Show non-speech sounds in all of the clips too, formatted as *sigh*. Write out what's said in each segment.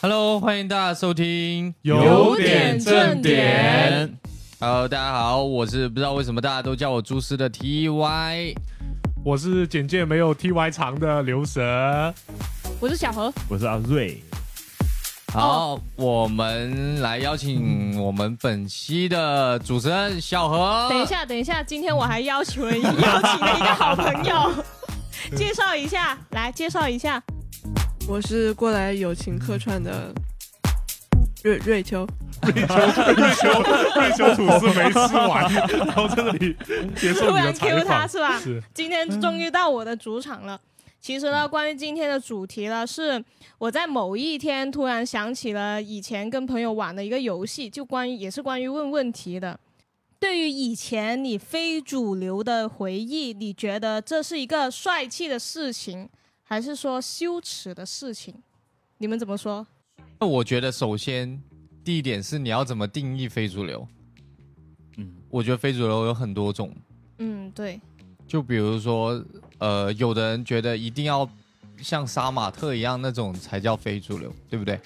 Hello，欢迎大家收听，有点正点。 Hello，大家好，我是不知道为什么大家都叫我猪师的 TY。我是简介没有 T Y 长的刘蛇，我是小何，我是阿瑞，好，我们来邀请我们本期的主持人小何。等一，下，等一下，今天我还邀请了邀请了一个好朋友， *laughs* 介绍一下，来介绍一下，我是过来友情客串的瑞瑞秋，瑞秋瑞秋吐司没吃 *laughs* 完，然后这里接受你突然的 Q 采他访。是吧？是今天终于到我的主场了。其实呢，关于今天的主题呢，是我在某一天突然想起了以前跟朋友玩的一个游戏，就关于也是关于问问题的。对于以前你非主流的回忆，你觉得这是一个帅气的事情，还是说羞耻的事情？你们怎么说？我觉得首先第一点是你要怎么定义非主流？嗯，我觉得非主流有很多种，嗯，对，就比如说，呃，有的人觉得一定要像杀马特一样那种才叫非主流，对不对？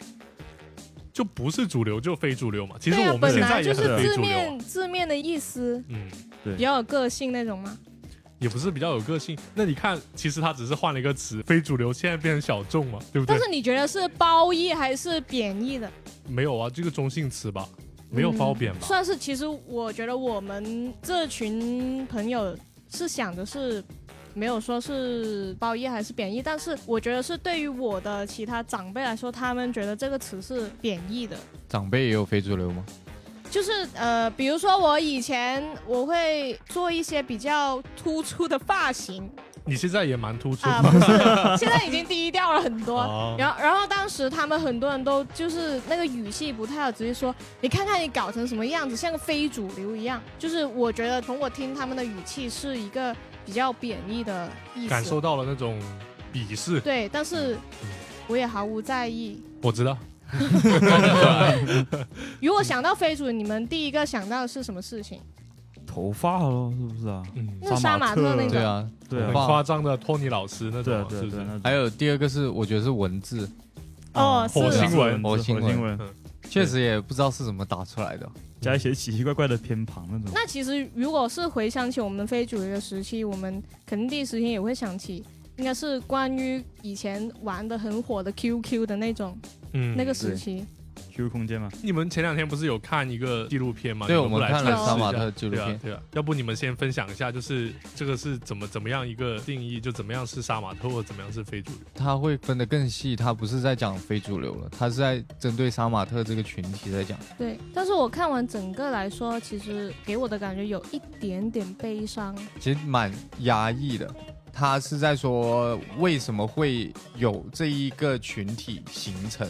就不是主流就非主流嘛。其实对啊我们现本在来也就很是非字主流啊面。字面的意思，嗯，比较有个性那种吗？也不是比较有个性。那你看，其实他只是换了一个词，非主流现在变成小众嘛，对不对但？是你觉得是褒义还是贬义的？没有啊，这个中性词吧，没有嗯褒贬吧？算是，其实我觉得我们这群朋友是想的是，没有说是褒义还是贬义，但是我觉得是对于我的其他长辈来说，他们觉得这个词是贬义的。长辈也有非主流吗？就是呃，比如说我以前我会做一些比较突出的发型你现在也蛮突出啊、的。不是，现在已经低调了很多。啊哦然后，然后当时他们很多人都就是那个语气不太好，直接说你看看你搞成什么样子，像个非主流一样。就是我觉得从我听他们的语气是一个比较贬义的意思，感受到了嗯那种鄙视，对，但是我也毫无在意。我知道。如果想到非主流，你们第一个想到的是什么事情？头发咯，是不是啊？嗯，那杀马特那对个，啊，对很啊，夸张的托尼老师那对啊，种，对啊是不对是？啊，还有第二个是，我觉得是文字，哦，火是星文火星火星文，确实也不知道是怎么打出来的。加一些奇奇怪怪的偏旁那种。那其实如果是回想起我们非主流的时期，我们肯定第一时间也会想起，应该是关于以前玩的很火的 QQ 的那种、嗯那个时期。 Q 空间吗？你们前两天不是有看一个纪录片吗？对啊你不我们来看了尝试一下杀马特纪录片对啊，对啊。要不你们先分享一下，就是这个是怎么怎么样一个定义，就怎么样是杀马特，或者怎么样是非主流？他会分得更细，他不是在讲非主流了，他是在针对杀马特这个群体在讲。对，但是我看完整个来说，其实给我的感觉有一点点悲伤。其实蛮压抑的。他是在说为什么会有这一个群体形成，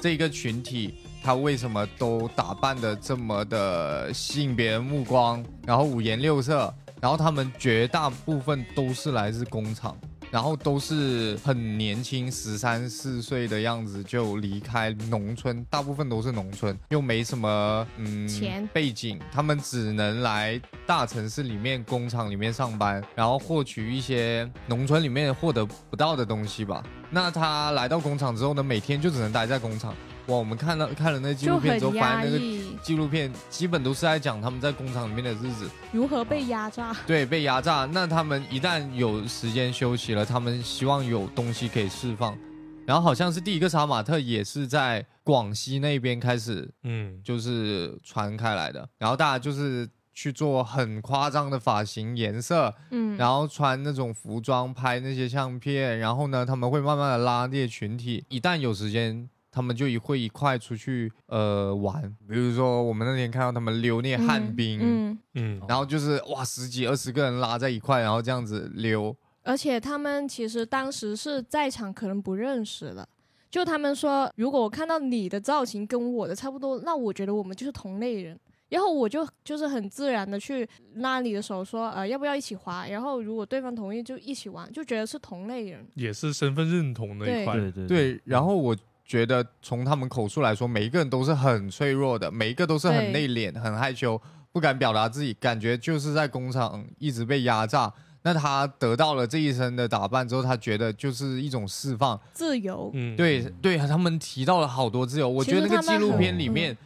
这一个群体他为什么都打扮的这么的吸引别人目光，然后五颜六色，然后他们绝大部分都是来自工厂。然后都是很年轻，十三四岁的样子就离开农村，大部分都是农村，又没什么嗯钱背景，他们只能来大城市里面工厂里面上班，然后获取一些农村里面获得不到的东西吧。那他来到工厂之后呢，每天就只能待在工厂。哇，我们看到看了那纪录就片之后，很发压现那个抑，纪录片基本都是在讲他们在工厂里面的日子。如何被压榨？对，被压榨。那他们一旦有时间休息了，他们希望有东西可以释放。然后好像是第一个杀马特也是在广西那边开始嗯，就是传开来的，然后大家就是去做很夸张的发型、颜色，嗯，然后穿那种服装拍那些相片，然后呢，他们会慢慢的拉列群体，一旦有时间。他们就一会一块出去呃玩，比如说我们那天看到他们溜那嗯旱冰，嗯，嗯，然后就是哇，十几二十个人拉在一块，然后这样子溜。而且他们其实当时是在场，可能不认识了。就他们说，如果我看到你的造型跟我的差不多，那我觉得我们就是同类人。然后我就就是很自然的去拉你的手说，呃，要不要一起滑？然后如果对方同意，就一起玩，就觉得是同类人。也是身份认同那一块。对对，对，然后我觉得从他们口述来说，每一个人都是很脆弱的，每一个都是很内对敛、很害羞，不敢表达自己，感觉就是在工厂一直被压榨。那他得到了这一身的打扮之后，他觉得就是一种释放。自由，嗯，对对，他们提到了好多自由。我其觉得实那个他纪们录很嗯片里面，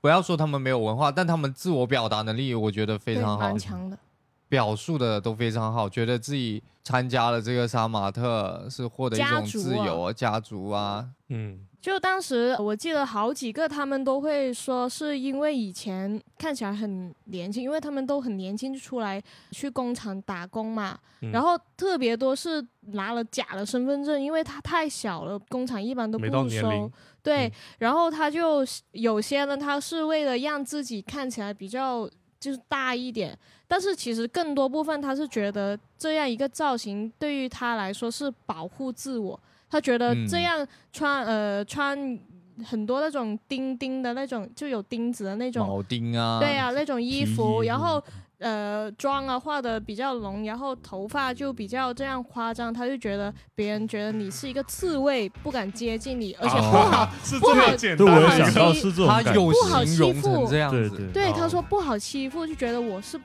不要说他们没有文化，但他们自我表达能力我觉得非对，常好蛮，强的。表述的都非常好，觉得自己参加了这个杀马特是获得一家种族自啊由啊、家族啊，嗯，就当时我记得好几个，他们都会说是因为以前看起来很年轻，因为他们都很年轻就出来去工厂打工嘛，嗯然后特别多是拿了假的身份证，因为他太小了，工厂一般都没到不年收龄。对，嗯然后他就有些呢，他是为了让自己看起来比较就是大一点，但是其实更多部分他是觉得这样一个造型对于他来说是保护自我，他觉得嗯这样穿、呃穿很多那种钉钉的那种就有钉子的那种，铆钉啊，对啊那种衣皮服，衣然是后呃妆啊画的比较浓，然后头发就比较这样夸张，他就觉得别人觉得你是一个刺猬，不敢接近你，而且不好、 *laughs* 啊是不这好么简对，单我的一个，有想到是这种他感觉，有不好欺形容成负这样对子，对，对，哦他说不好欺负，就觉得我是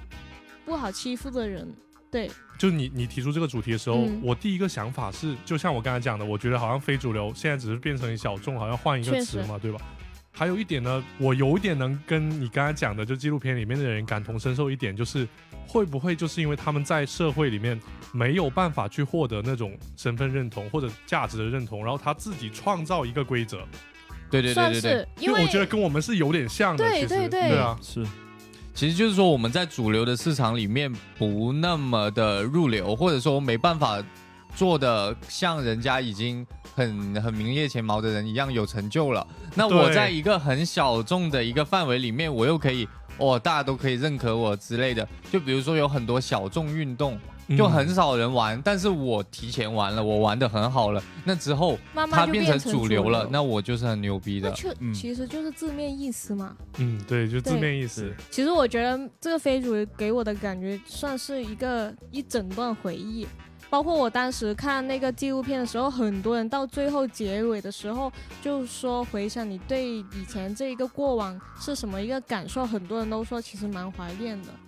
不好欺负的人。对，就你你提出这个主题的时候，嗯我第一个想法是，就像我刚才讲的，我觉得好像非主流现在只是变成小众，好像换一个确实词嘛，对吧？还有一点呢，我有一点能跟你刚才讲的，就纪录片里面的人感同身受一点，就是会不会就是因为他们在社会里面没有办法去获得那种身份认同或者价值的认同，然后他自己创造一个规则，对对对算对对。是因为我觉得跟我们是有点像的，对其实对对对啊，是其实就是说我们在主流的市场里面不那么的入流，或者说没办法做的像人家已经很很名列前茅的人一样有成就了。那我对在一个很小众的一个范围里面，我又可以哦，大家都可以认可我之类的。就比如说有很多小众运动，嗯就嗯很嗯少人玩，但是我提前玩了，我玩的很好了，那之后慢慢它就变成成主流流了，那我就是很牛逼那的。确、嗯其实就是字面意思嘛。嗯，对，就字对面意思是，其实我觉得这个非主流给我的感觉算是一个一整段回忆，包括我当时看那个纪录片的时候，很多人到最后结尾的时候就说回想你对以前这一个过往是什么一个感受，很多人都说其实蛮怀念的。嗯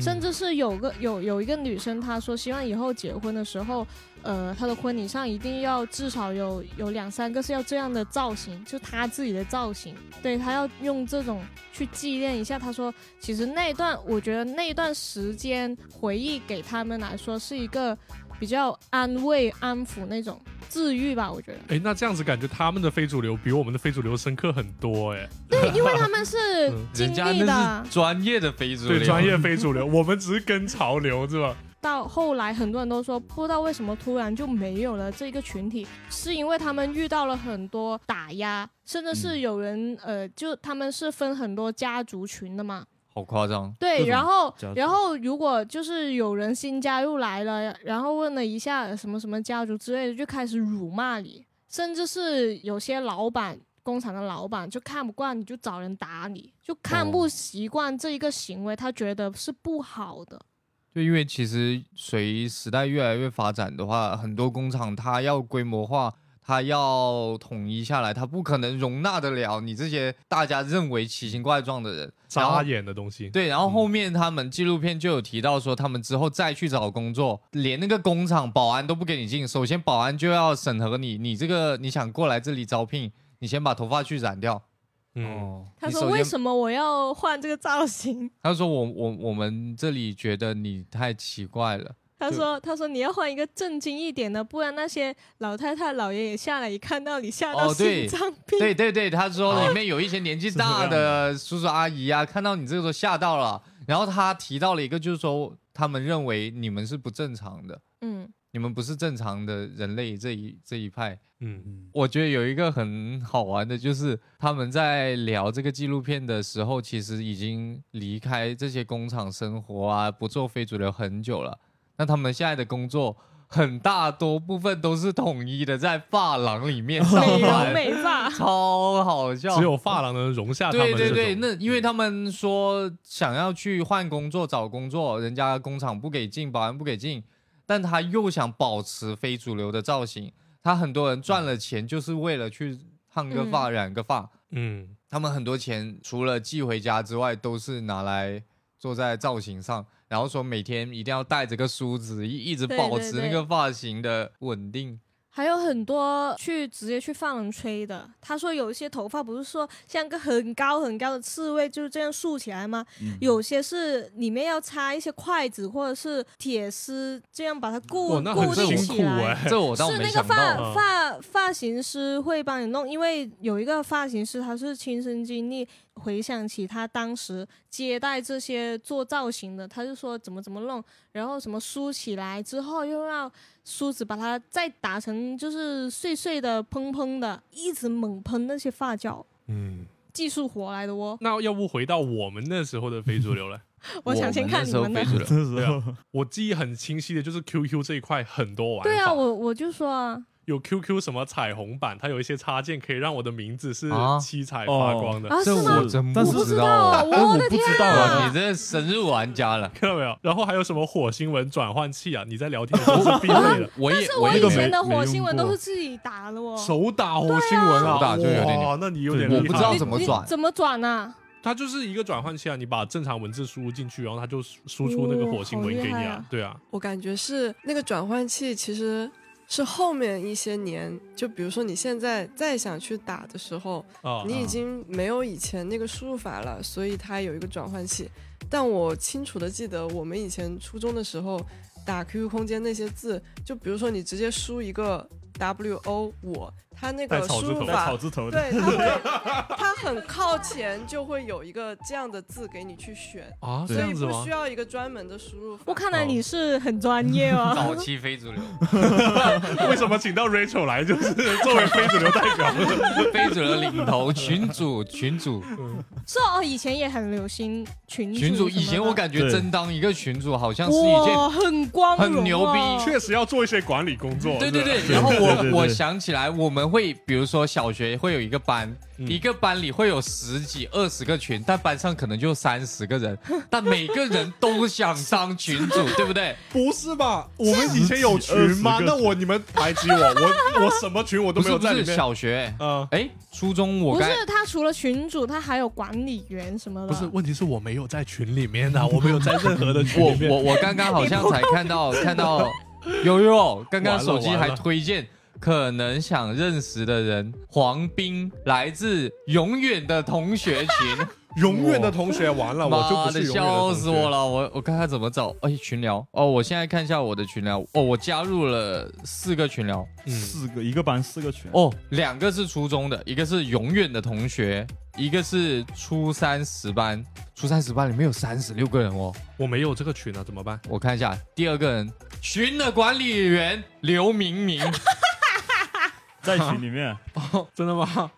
甚至是有个有有一个女生，她说希望以后结婚的时候，呃，她的婚礼上一定要至少有有两三个是要这样的造型，就她自己的造型，对她要用这种去纪念一下。她说，其实那一段，我觉得那一段时间回忆给他们来说是一个比较安慰、安抚那种治愈吧，我觉得。哎，那这样子感觉他们的非主流比我们的非主流深刻很多，哎。 *laughs* 对，因为他们是嗯经人家历那的是，专业的非主流，对专业非 *laughs* 主流，我们只是跟潮流是吧？到后来，很多人都说不知道为什么突然就没有了这个群体，是因为他们遇到了很多打压，甚至是有人、呃，就他们是分很多家族群的嘛。 *laughs* 好夸张。各对，种然后家族然后如果就是有人新加入来了，然后问了一下呃什么什么家族之类的，就开始辱骂你，甚至是有些老板。工厂的老板就看不惯你，就找人打你，就看哦不习惯这一个行为，他觉得是不好的。就因为其实随时代越来越发展的话，很多工厂它要规模化，它要统一下来，它不可能容纳得了你这些大家认为奇形怪状的人。然后扎眼的东西，对，然后后面他们纪录片就有提到说，他们之后再去找工作，连那个工厂保安都不给你进。首先，保安就要审核你，你这个你想过来这里招聘，你先把头发去染掉。嗯，哦，他你说首：“先为什么我要换这个造型 *laughs* 他说我我我们这里觉得你太奇怪了。？”他说：“他说你要换一个正经一点的，不然那些老太太、老爷爷下来一看到你，吓到哦对心脏病。对对对，他说里面有一些年纪大是这的叔叔阿姨啊，看到你这个时候吓到了。然后他提到了一个，就是说他们认为你们是不正常的，嗯，你们不是正常的人类这一这一派。嗯我觉得有一个很好玩的，就是他们在聊这个纪录片的时候，其实已经离开这些工厂生活啊，不做非主流很久了。那他们现在的工作。很大多部分都是统一的，在发廊里面上 *laughs* 美容班，。美发超好笑。只有发廊能容下他们对这对种。对，那因为他们说想要去换工作、找工作，人家工厂不给进，保安不给进，但他又想保持非主流的造型。他很多人赚了钱就是为了去烫个发、染个发，嗯，他们很多钱除了寄回家之外，都是拿来做在造型上，然后说每天一定要带着个梳子，一一直对保对持那对个发型的稳定。还有很多去直接去放冷吹的。他说有一些头发不是说像个很高很高的刺猬就是这样竖起来吗？嗯有些是里面要插一些筷子或者是铁丝，这样把它固哇，那很固定辛起苦来。哎、这我倒是没那个想到，发发发型师会帮你弄，因为有一个发型师他是亲身经历，回想起他当时接待这些做造型的，他就说怎么怎么弄，然后什么梳起来之后又要梳子把它再打成就是碎碎的蓬蓬的，一直猛喷那些发胶，嗯，技术活来的哦。那要不回到我们那时候的非主流 *laughs* 了？我想先看你我们那的时。候非主流这时候我记忆很清晰的就是 QQ 这一块很多玩法，对啊，我我就说啊，有 QQ 什么彩虹版，它有一些插件可以让我的名字是啊七彩发光的，啊是这吗我？真但是不不知知道道啊，哦。我的不天知道哇，啊你！这深入玩家了。，看到没有？然后还有什么火星文转换器啊？你在聊天的时候是必备 *laughs* 的我也啊是我我也那个没以前没的没火星用文都过是自己打的哦。手打火星文啊，手打就有点哇，那你有点对厉害。我不知道怎么转你怎么转啊？它就是一个转换器啊，你把正常文字输入进去，然后它就输出那嗯个火星文给你哦好厉害啊啊。对啊，我感觉是那个转换器其实是后面一些年，就比如说你现在再想去打的时候，啊，你已经没有以前那个输入法了，所以它有一个转换器。但我清楚的记得，我们以前初中的时候打 QQ 空间那些字，就比如说你直接输一个 W O 我，它那带个草字输入头带法草字头啊的，对，它会，它很靠前就会有一个这样的字给你去选，啊这所样以子不吗需？要一个专门的输入法。我看来你是很专业早 *laughs* 哦。期非主流，为什么请到 Rachel 来就是作为非主流代表？非主流领头群主群主是哦，以前也很流行群群主，主什么的，以前我感觉对真当一个群主好像是一件哇很光荣、哦，很牛逼确实要做一些管理工作。对是吧对对，然后我对对对我想起来，我们会比如说小学会有一个班，嗯一个班里会有十几、二十个群，但班上可能就三十个 *laughs* 人，但每个人都想当群主，对不对？不是吧？我们以前有群吗？十几二十个那我你们排挤我，我 *laughs* 我什么群 *laughs* 我都不没是有不在里是面。小学，啊，哎，初中我不该是他除了群主，他还有管理员什么的。不是，问题是我没有在群里面 *laughs* 的，我没有在任何的群我里面。我我刚刚好像才看到看到悠悠，刚刚完了手机完还了推荐。可能想认识的人，黄斌来自永远的同学群，永远的同学，完了，我就妈不的，是永远的笑同死学我。了！我我看看怎么找，哎，群聊哦，我现在看一下我的群聊哦，我加入了四个群聊嗯，四个一个班四个群，哦，两个是初中的，一个是永远的同学，一个是初三十班，初三十班里面有三十六个人哦，我没有这个群啊，怎么办？我看一下第二个人群的管理员刘明明，在群里面，真的吗？ *laughs*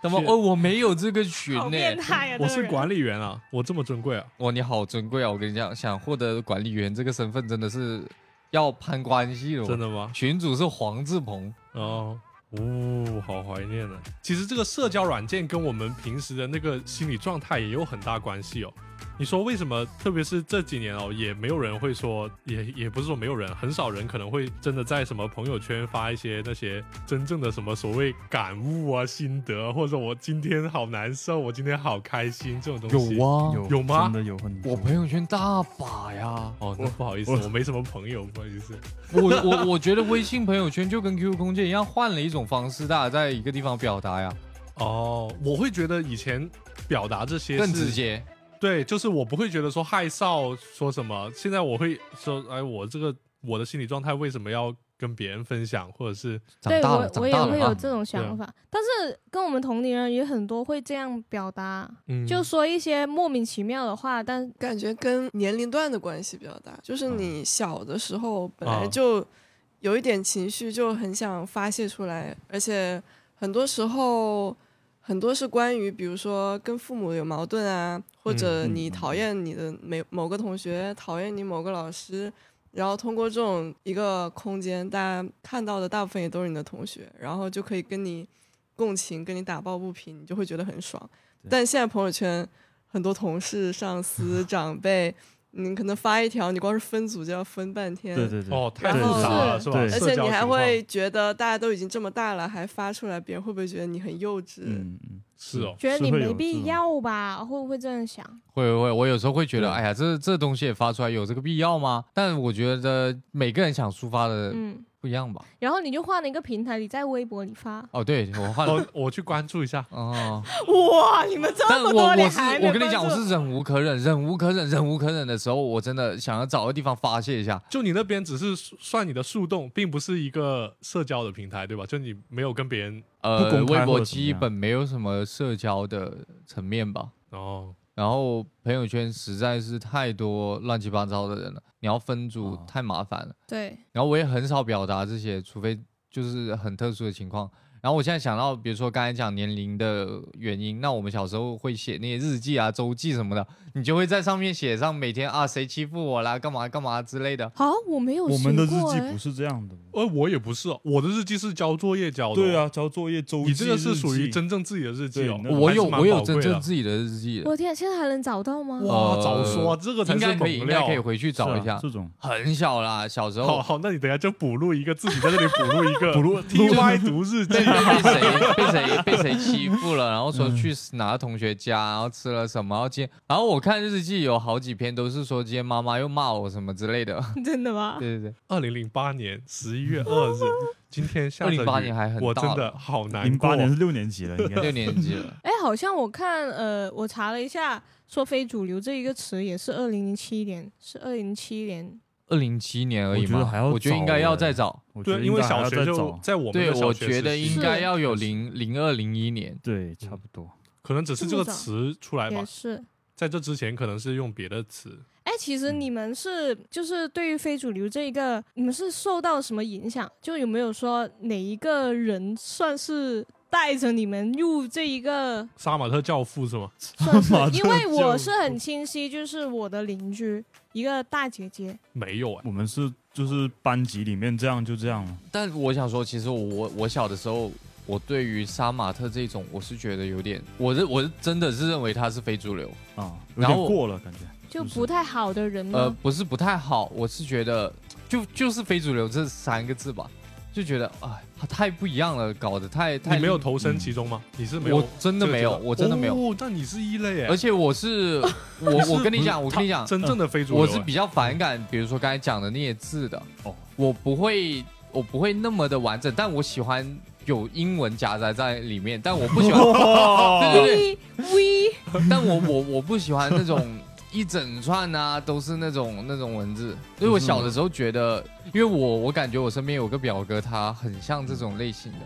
怎么是哦我没有这个群好呢？变 *laughs* 态啊！我这个是人管理员啊，我这么尊贵啊！哇，你好尊贵啊！我跟你讲，想获得管理员这个身份真的是要攀关系的哦，真的吗？群主是黄志鹏。哦，呜、好怀念啊！其实这个社交软件跟我们平时的那个心理状态也有很大关系哦。你说为什么？特别是这几年哦，也没有人会说，也也不是说没有人，很少人可能会真的在什么朋友圈发一些那些真正的什么所谓感悟啊、心得啊，或者我今天好难受，我今天好开心这种东西。有啊，有吗真的有很多我朋友圈大把呀。哦，那不好意思，我我没什么朋友，不好意思。我我我觉得微信朋友圈就跟 QQ 空间一样，换了一种方式，大家在一个地方表达呀，哦，我会觉得以前表达这些更是直接。对，就是我不会觉得说害臊说什么，现在我会说，哎，我这个我的心理状态为什么要跟别人分享，或者是长大了，对我长我也大会了有啊！这种想法，但是跟我们同龄人也很多会这样表达，嗯，就说一些莫名其妙的话，但感觉跟年龄段的关系比较大，就是嗯你小的时候本啊来就有一点情绪，就很想发泄出来，而且很多时候很多是关于，比如说跟父母有矛盾啊，或者嗯嗯你嗯讨厌你的每某个同学，讨厌你某个老师，然后通过这种一个空间，大家看到的大部分也都是你的同学，然后就可以跟你共情，跟你打抱不平，你就会觉得很爽。但现在朋友圈很多同事、上司、长辈，你可能发一条，你光是分组就要分半天。对对对，哦，太然复后杂了是是吧？对而社且交你还情况会觉得大家都已经这么大了，还发出来，别人会不会觉得你很幼稚？嗯嗯，是哦，觉得你是会有没这必种要嗯吧？会不会这样想？会会会，我有时候会觉得，对哎呀，这这东西也发出来有这个必要吗？但我觉得每个人想抒发的嗯，不一样吧。然后你就换了一个平台，你在微博里发。哦，对我换了哦，我去关注一下。 *laughs* 哦，哇，你们这但么我多我年是还没我跟你讲，我关注是忍无可忍，忍无可忍，忍无可忍的时候，我真的想要找个地方发泄一下。就你那边只是算你的树洞，并不是一个社交的平台，对吧？就你没有跟别人呃不公，开微或博者怎么基样本没有什么社交的层面吧。哦，然后朋友圈实在是太多乱七八糟的人了，你要分组哦太麻烦了。对，然后我也很少表达这些，除非就是很特殊的情况。然后我现在想到，比如说刚才讲年龄的原因，那我们小时候会写那些日记啊、周记什么的，你就会在上面写上每天啊谁欺负我啦、干嘛干嘛之类的。啊，我没有我们的日写过记哎不是这样的吗。呃，我也不是、哦，我的日记是交作业交的、哦对，啊，交作业周记，你这个是属于日记真正自己的日记哦对，那我还是有蛮我有宝贵真的正自己的日记的，我天，现在还能找到吗？哇，呃早说、这个才应是该可以，应猛该料。哦可以回去找一是啊下。这种很小啦，小时好候好，那你等一下就补录一个，自己在这里补录一个 *laughs* 补录 T Y 读日记 *laughs* 被被谁被谁被谁欺负了，然后嗯说去哪个同学家，然后吃了什么，然后今天然后我看日记有好几篇都是说今天妈妈又骂我什么之类的。 *laughs* 真的吗？对对 *laughs* 对。二零零八年十一月二日，今天下着雨2008年还很我大真的了好难零过八。年是六年级了，应该六年级了，哎，好像我看呃，我查了一下，说“非主流”这一个词也是二零零七年，是二零零七年。 *laughs* 二零七年而已我觉嘛得还，要我觉得应该要再早。我觉对得，因为应该还小要学再就早，在我们对，的小我学觉时得期应该要有是零零二零一年。对，差不多。可能只是这个这么早词出来吧也，是。在这之前可能是用别的词。哎，其实嗯你们是就是对于非主流这一个，你们是受到什么影响？就有没有说哪一个人算是带着你们入这一个杀马特教父是吗？算是马？因特为我教是很清晰，就是我的邻居一个大姐姐，没有哎、我们是就是班级里面这样就这样了，但我想说，其实我我小的时候，我对于杀马特这种，我是觉得有点，我是我是真的是认为它是非主流，啊，有然点后过了感觉。就是不太好的人呃，呢。不是不太好，我是觉得就就是非主流这三个字吧，就觉得哎，它太不一样了，搞得太太嗯你没有，投身其中吗？你是没有我真的没有，我真的没有，哦，但你是一类哎、而且我是我你是我跟你 *laughs* 不是讲，我跟你讲，真正的非主流、啊哎我是比较反感，比如说刚才讲的那些字的，哦我不会，我不会那么的完整，但我喜欢有英文夹杂在里面，但我不喜欢，哦，呃 *laughs* 对对 V V，对，但我我我不喜欢那种一整串啊，都是那种那种文字，因为我小的时候觉得，因为我我感觉我身边有个表哥，他很像这种类型的，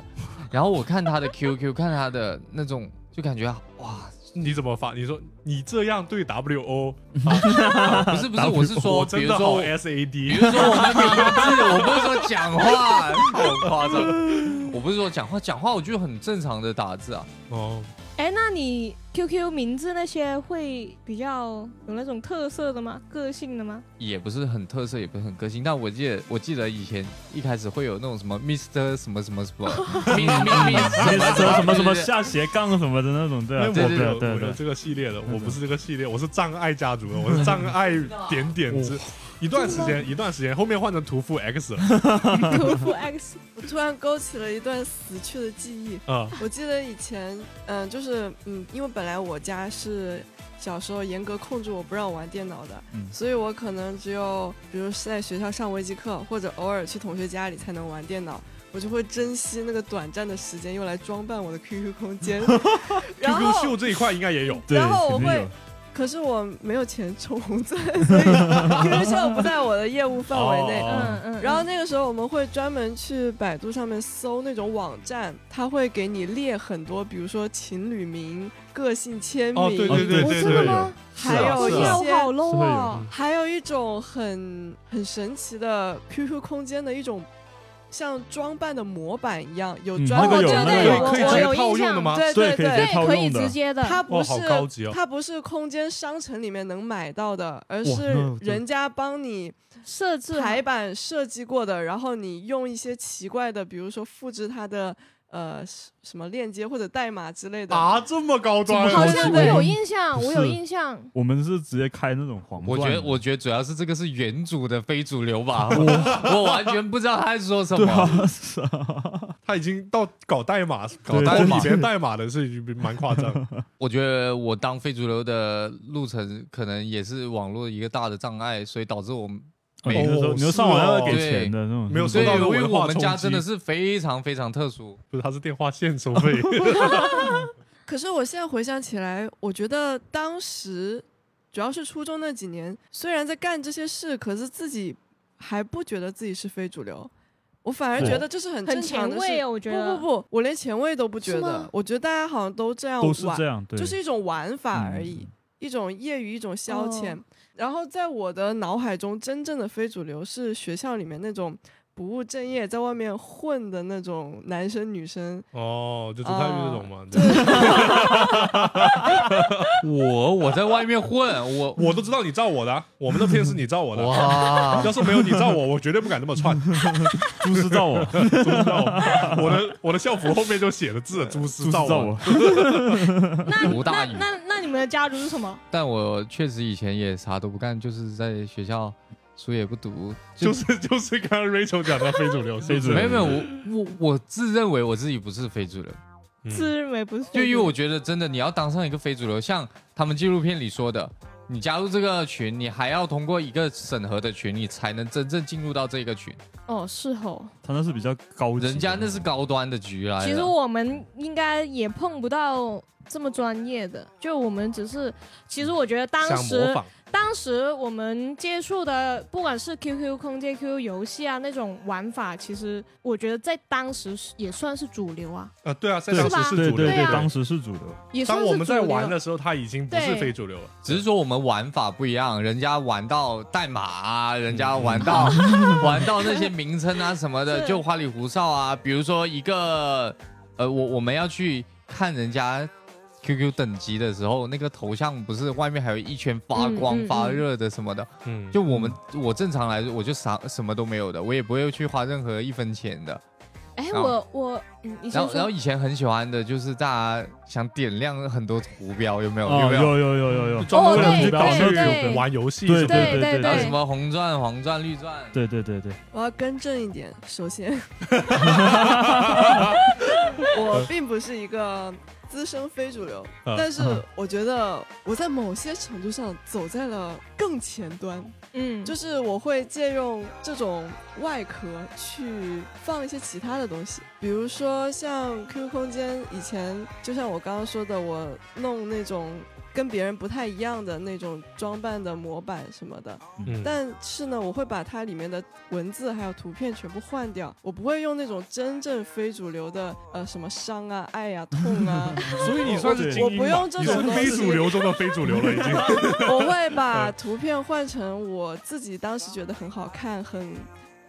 然后我看他的 QQ，看他的那种，就感觉哇，你怎么发？你说你这样对 W O，不是不是，我是说，比真如的好说 S A 比 *laughs* D，如说我们名 *laughs* 字，我不是说讲话，好夸张。我不是说讲话，讲话我就很正常的打字啊。哦，哎，那你 QQ 名字那些会比较有那种特色的吗？个性的 *laughs* 吗？也不是很特色，也不是很个性，但我记得，我记得以前一开始会有那种什么 Mister 什么什么什么，Miss Miss 什么什对对么对下斜杠什么的那种，对因啊为对我没对有对我对没有对这个系列的，我不是这个系列，我是障碍家族的，我是障碍点点之。一段时间，一段时间，后面换成屠夫 X *laughs* 了。屠夫 X，我突然勾起了一段死去的记忆。啊，我记得以前，嗯、就是嗯，因为本来我家是小时候严格控制我不让我玩电脑的，嗯所以我可能只有比如是在学校上微机课，或者偶尔去同学家里才能玩电脑。我就会珍惜那个短暂的时间，用来装扮我的 QQ 空间。然 QQ 后秀这一块应该也有。 *laughs* 对，然后我肯定会有可是我没有钱抽红钻，所以 *laughs* QQ 秀不在我的业务范围内。哦嗯嗯，然后那个时候我们会专门去百度上面搜那种网站，它会给你列很多，比如说情侣名、个性签名，哦，对对对哦我对真的对，吗？是还啊有是一啊些我好 low 哦，还有一种很很神奇的 QQ 空间的一种像装扮的模板一样，有嗯专那个门有的那个对有我可以直接我哦有套有印用的象吗？对对可以对直接套可以用直的。接的。它不哇是、好高级哦它不是空间商城里面能买到的，而哇是那我真人家帮你设置排版设计过的，然后你用一些奇怪的，比如说复制它的呃什什么链接或者代码之类的。啊，这么高端这么好啊，像我有我印象，不我有是印象。我们是直接开那种黄我钻的，觉得， *laughs* 我觉得主要是这个是原主的非主流吧， *laughs* 我完全不知道他在说什对么。啊，是啊，他已经到搞代码、搞对代码、这里面代码的是蛮夸张。我觉得我当非主流的路程，可能也是网络一个大的障碍，所以导致我们你没就说哦你就上网是哦要给钱的那种，没有所收以到因的为文化我们家冲击真的是非常非常特殊。不是，他是电话线收 *laughs* 费，可是我现在回想起来，我觉得当时主要是初中那几年，虽然在干这些事，可是自己还不觉得自己是非主流，我反而对觉得这是很很正常前的卫事。啊，我觉不得不不，我连前卫都不觉是得吗，我觉得大家好像都这样都是玩这，样，对，就是一种玩法嗯而已，一种业余，一种消遣。哦然后在我的脑海中，真正的非主流是学校里面那种不务正业，在外面混的那种男生女生。哦，就朱太玉这种嘛。对我我在外面混，我我都知道你造我的啊，我们的片是你造我的啊。哇，要是没有你造我，我绝对不敢这么串。猪师照我，朱师造 *laughs* 我，我的我的校服后面就写着字，朱猪师师呃造照我我。，那吴大那宇那那你们的家族是什嗯么？但我确实以前也啥都不干，就是在学校书也不读， *laughs* 就是就是刚刚 Rachel 讲的非主流，非主流没有没有，我我我自认为我自己不是非主流，嗯自认为不是，就因为我觉得真的你要当上一个非主流，像他们纪录片里说的，你加入这个群，你还要通过一个审核的群，你才能真正进入到这个群，哦是吼。他那是比较高级的，人家那是高端的局啊哎来了。哎其实我们应该也碰不到这么专业的，就我们只是，其实我觉得当想模时仿，当时我们接触的，不管是 QQ 空间、QQ 游戏啊那种玩法，其实我觉得在当时也算是主流啊，啊，对啊，在对当时是是对主对流，对啊当时是主流，也算当是我们在主流玩的时候，它已经不是对非主流了，只是说我们玩法不一样，人家玩到代码啊，人家玩到、 *laughs* 玩到那些名称啊什么的，是就花里胡哨啊。比如说一个，呃，我我们要去看人家 QQ 等级的时候，那个头像不是外面还有一圈发光、嗯嗯嗯发热的什么的。嗯，就我们我正常来说，我就啥什么都没有的，我也不会去花任何一分钱的。哎，啊然后我我，嗯你然先后然后说，以前很喜欢的就是大家想点亮很多图标，有没有？哦，有没有？有有有有有，专门为哦了对去搞对那对种玩游戏对什么的，对对然后对什么红钻、黄钻、绿钻。对对对对，我要更正一点，*laughs* 首先， *laughs* 我并不是一个资深非主流，嗯但是我觉得我在某些程度上走在了更前端，嗯，就是是我会借用这种外壳去放一些其他的东西，比如说像 QQ 空间以前，就像我刚刚说的，我弄那种跟别人不太一样的那种装扮的模板什么的，嗯，但是呢，我会把它里面的文字还有图片全部换掉，我不会用那种真正非主流的呃什么伤啊、爱呀、痛啊， *laughs* 所以你算是我精英吧我不用这你种是东非西主流中的非主流了，已经。我会把图片换成我自己当时觉得很好看、很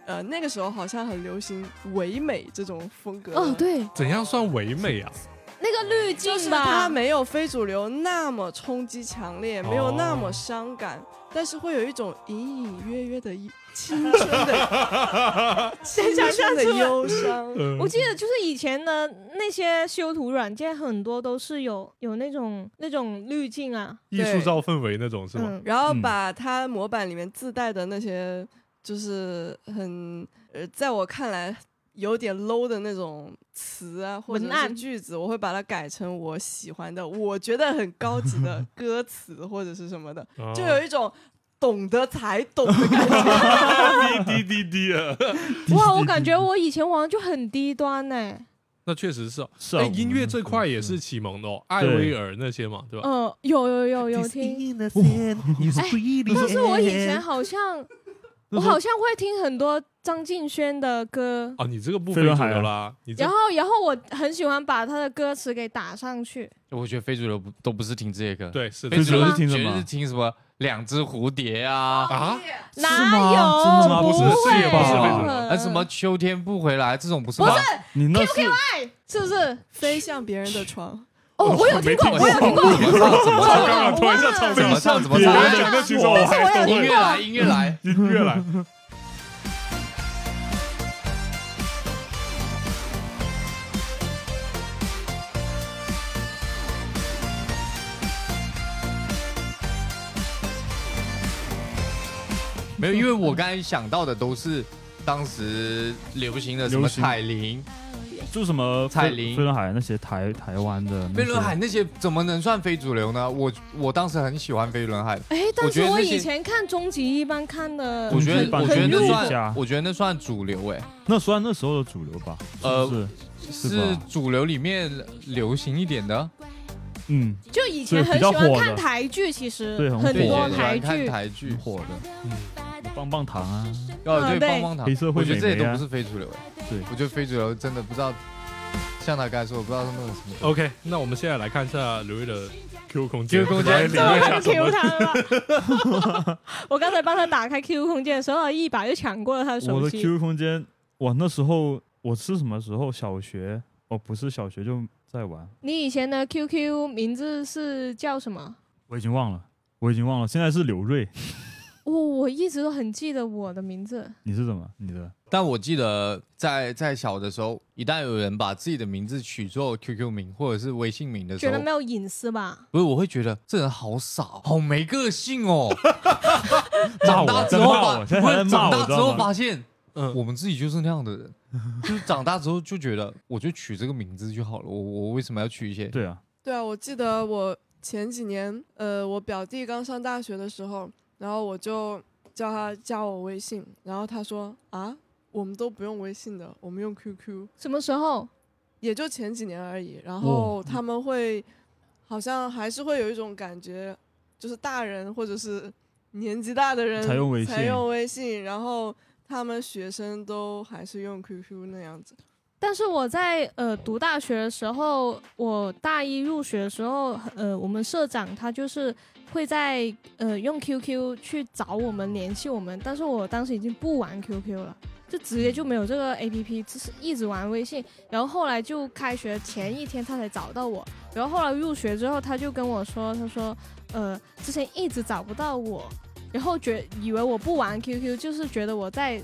呃那个时候好像很流行唯美这种风格。哦，，对， *laughs* 怎样算唯美啊？那个滤就是镜它吧，没有非主流那么冲击强烈，没有那么伤感，但是会有一种隐隐约约的一青春的青春的忧伤。嗯我记得就是以前的那些修图软件，很多都是有有那种那种滤镜啊，艺术照氛围那种是吗？嗯，然后把它模板里面自带的那些，就是很呃，在我看来有点 low 的那种词啊，或者文是案句子，我会把它改成我喜欢的，我觉得很高级 *laughs* 的歌词或者是什么的，哦嗯就有一种懂得才懂的感 *laughs* 觉。 *laughs* 滴滴滴滴 *laughs* 啊！哇，我感觉我以前玩就很低端呢、那确实是哦。是啊哎，音乐这块也是启蒙的哦，艾薇儿那些嘛，对吧？嗯、有有有有听， *laughs* 但是我以前好像我好像会听很多张敬轩的歌，啊，你这个不非主流啦，你这然后然后我很喜欢把他的歌词给打上去，我觉得非主流不都不是听这些歌，，对是的非非主流是是听什绝对是么？听什么两只蝴蝶啊，啊，哪有？真的吗不不是这也会，不是非主流不可啊什么能秋天不回来这种不是不吗？是你那是是不是？飞向别人的床，哦，我有听过，没我有听过，怎么唱怎么超唱纲了，突然一下哇超怎纲么了，唱怎么别唱人哎讲这其实我但是还我有都音会乐来音乐来，音乐来，没有，因为我刚才想到的都是当时流行嗯的什么流行彩铃、就什么蔡琳飞轮海那些台台湾的那些飞轮海那些，怎么能算非主流呢？我我当时很喜欢飞轮海，哎，但我觉是得我那些以前看终极一班看的，我觉得一般我觉得很那入算口我觉得那算主流哎、那算那时候的主流吧？呃是不是，是吧是主流里面流行一点的，嗯，就以前很对比喜较欢火的看台剧，其实对很火很的对，多也我喜台欢看剧，台剧挺，火的，嗯，棒棒糖啊，哦对，对棒棒糖黑，社我会觉得美这些眉都不啊，是非主流哎、对我觉得非主流真的不知道，像他刚才说，我不知道他们有什么。哦 OK，那我们现在来看一下刘毅的 Q 空间 Q 空来间理这论么一快下就什 Q 么他了。 *laughs* 我刚才帮他打开 QQ 空间的时候，一把就抢过了他的我手的机。 QQ 空间，我那时候我是什么时候？小学哦，不是小学就在玩，你以前的 QQ 名字是叫什么？我已经忘了，我已经忘了，现在是刘瑞，我、哦我一直都很记得我的名字。你是怎么？你的 *laughs* 但我记得在在小的时候，一旦有人把自己的名字取作 QQ 名或者是微信名的时觉候得，没有隐私吧？不是我会觉得这人好傻，好没个性哦。 *laughs* 骂长我大之真后骂发，我，现在还在不是长骂我，大知之道后吗？发现，嗯，我们自己就是那样的人，就是长大之后就觉得，我就取这个名字就好了，我我为什么要取一些？对啊，对啊，我记得我前几年，呃，我表弟刚上大学的时候，然后我就叫他加我微信，然后他说啊，我们都不用微信的，我们用 QQ，什么时候？也就前几年而已。哦然后他嗯们会，好像还是会有一种感觉，就是大人或者是年纪大的人才用微信才用微信，然后他们学生都还是用 QQ 那样子。但是我在呃读大学的时候，我大一入学的时候，呃，我们社长他就是会在呃用 QQ 去找我们联系我们，但是我当时已经不玩 QQ 了，就直接就没有这个 APP，只是一直玩微信。然后后来就开学前一天他才找到我，然后后来入学之后他就跟我说，他说呃之前一直找不到我，然后觉以为我不玩 QQ，就是觉得我在。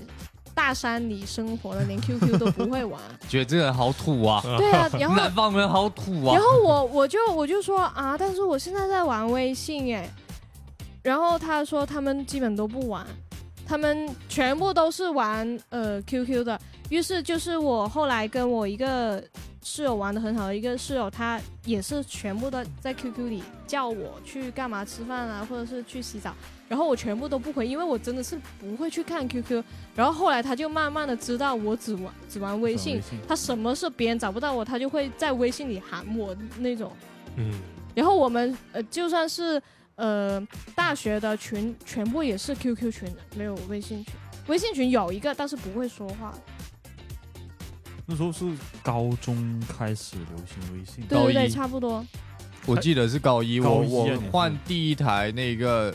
大山里生活的，连 QQ 都不会玩，觉得这个人好土啊，啊 *laughs* 对啊，然后南方人好土啊然。后我我就我就说啊，但是我现在在玩微信哎，然后他说他们基本都不玩，他们全部都是玩呃 QQ 的，于是就是我后来跟我一个室友玩的很好的一个室友，他也是全部都在 QQ 里叫我去干嘛吃饭啊，或者是去洗澡，然后我全部都不回，因为我真的是不会去看 QQ。然后后来他就慢慢的知道我只玩只玩微只玩信微信，他什么事别人找不到我，他就会在微信里喊我那种。嗯，然后我们呃就算是呃大学的群，全部也是 QQ 群的，没有微信群。微信群有一个，但是不会说话。那时候是高中开始流行微信，对对高对，一差不多。我记得是高一，我高一啊我你是换第一台那个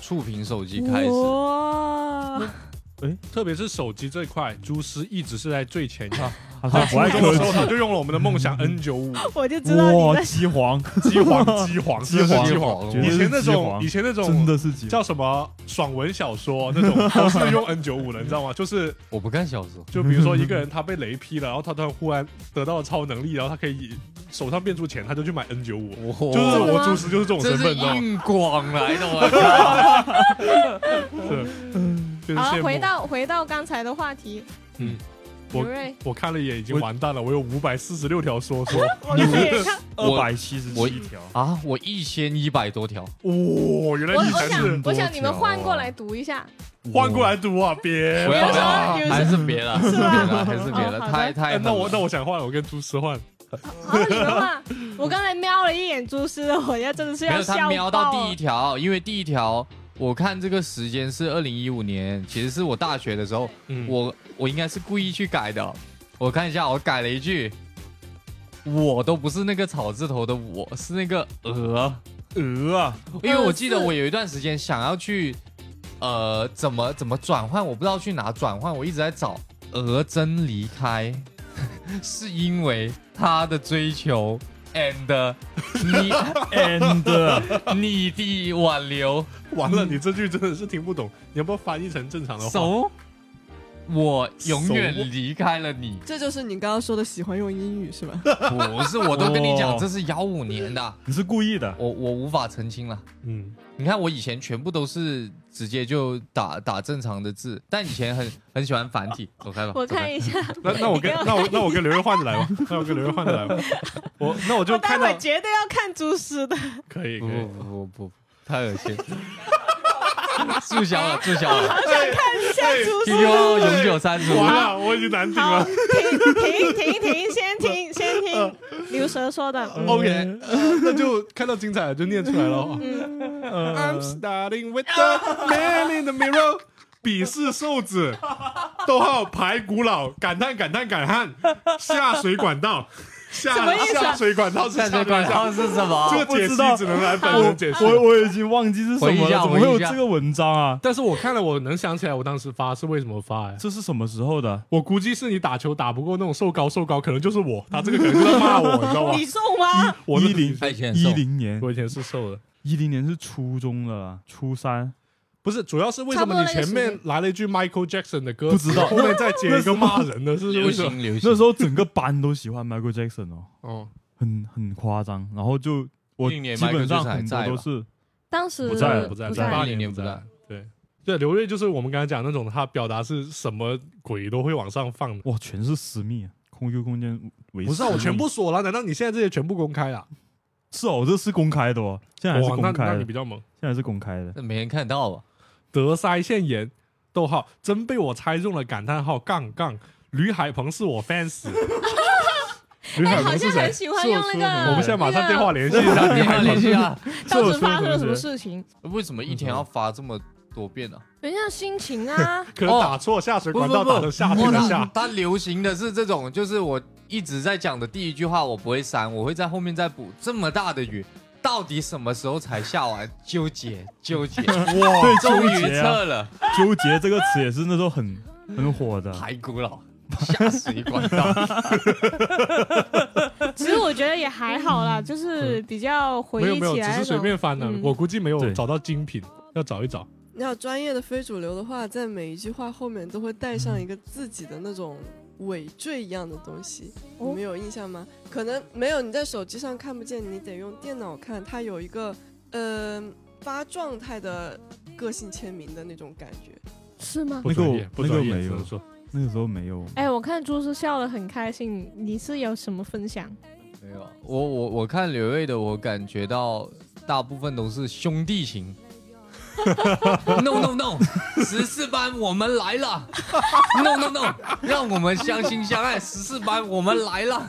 触屏手机开始，哇！特别是手机这一块，朱师一直是在最前沿。好像不爱初中科的时技候，，他就用了我们的梦想 N 九五 *laughs* 我就知道你哇，在机 *laughs* 皇，机 *laughs* 皇，机皇，机真的是机皇机皇皇。绝对以是前那机种，皇以前那真种的是机皇，叫什么爽文小说那种，都是用 N 九五的，你知道吗？就是我不看小说，就比如说一个人他被雷劈了，然后他突然忽然得到了超能力，然后他可以以手上变出钱，他就去买 N 九五。哦我就是真的我吗朱师就是这种这身份，是你知道吗？硬广来的，我靠！就是好羡了，慕回到回到刚才的话题，嗯，刘我瑞，我看了一眼已经我完蛋了，我有五百四十六条说说，我刚才也看，我二百七十我七条，啊，我一千一百多条，哇，原来我你我才是想我想你们多条啊换过来读一下，换过来读啊，别不要不啊要，还是别了，还是别了，还是别了，哦好的太太哎狠了。那我那我想换了，我跟朱师换。好，你们换。 *laughs* 我刚才瞄了一眼朱师，我要真的是没要有笑他瞄到爆第一了条，因为第一条我看这个时间是二零一五年，其实是我大学的时候，嗯我我应该是故意去改的。我看一下，我改了一句，我都不是那个草字头的我，是那个鹅。鹅啊，因为我记得我有一段时间想要去，呃，怎么怎么转换，我不知道去哪转换，我一直在找鹅真离开， *laughs* 是因为他的追求 and *laughs* 你 and 你的挽留，完了，你这句真的是听不懂，你要不要翻译成正常的话？手，我永远手离开了你。这就是你刚刚说的喜欢用英语是吧？不是，我都跟你讲，哦这是幺五年的，你是故意的，我我无法澄清了。嗯，你看我以前全部都是直接就打打正常的字，但以前很很喜欢繁体。走开吧，我走开看一下， *laughs* 那那我跟 *laughs* 你给我那我那我跟刘月换着来吧，那我跟刘月换着来吧。我那我就我待看会到儿绝对要看猪师的。可以可不以，不不不，太恶心。 *laughs* 注销了，注销了。下猪 QQ 永久删除。完了，我已经难顶好，了。停停 *laughs* 停停，先停先呃听刘蛇说的。 OK，呃 *laughs* 那就看到精彩了就念出来了。I'm 嗯嗯 starting with the man in the mirror，鄙视瘦子，逗号排骨佬，感叹感叹感叹，下水管道，什么下意思啊下水管道是下水下水管管道道，是什么？这个解析只能来本人解释。我我已经忘记是什回忆么一下了，怎么回忆会有一下这个文章啊？但是我看了，我能想起来我当时发是为什么发呀？这是什么时 *laughs* 候的？我估计是你打球打不过那种瘦高瘦高，可能就是我，他这个可能就在骂我，你知道吗你？送吗？我的一零太欠一揍零年，我以前是瘦的，一零年是初中了啦，初三。不是，主要是为什么你前面来了一句 Michael Jackson 的歌，不知道后面再 *laughs* 接一个骂人的，是流为什么？行流行。那时候整个班都喜欢 Michael Jackson 哦，哦，很很夸张。然后就我那年基本 Michael Jackson 上还很在多吧都是当时不在了不在，不在在了80年不在。对对，刘瑞就是我们刚才讲那种，他表达是什么鬼都会往上放的。哇，全是私密啊，QQ 空间为不是啊，我全部锁了，难道你现在这些全部公开了？是哦，这是公开的哦，现在还是哇，那公开那的，你现比较猛。在还是公 *laughs* 开的。那没人看到啊 *laughs* 吧？德腮腺炎，逗号，真被我猜中了！感叹号，杠杠，吕海鹏是我 *laughs* fans。吕海哎，好鹏是像谁很？喜欢用那是个。我们现在马上那个电话联系一下 *laughs* 吕你海好，鹏联。系啊。当时发生了什么事情？为什么一天要发这么多遍啊呢？人家心 *laughs* 情啊，可能打错下水不管不道，打不，成下边的他下。他流行的是这种，就是我一直在讲的第一句话，我不会删，我会在后面再补。这么大的雨，到底什么时候才下完？纠结纠结，对，终于纠结啊，撤了纠结这个词也是那时候很很火的。啊排骨佬下水管道。其实我觉得也还好啦，就是比较回嗯没有忆没有，起只来是那随种。便翻的嗯，我估计没有对找到精品，要找一找。你要专业的非主流的话，在每一句话后面都会带上一个自己的那种尾缀一样的东西，哦你们有印象吗？可能没有，你在手机上看不见，你得用电脑看。它有一个呃发状态的个性签名的那种感觉。是吗？不专业不那个我专业那个没有只能说那个时候没有，哎，我看朱是笑得很开心，你是有什么分享？没有，哦我我我看刘瑞的，我感觉到大部分都是兄弟情。no no no，十四班我们来了。No no no，让我们相亲相爱。十四班我们来了。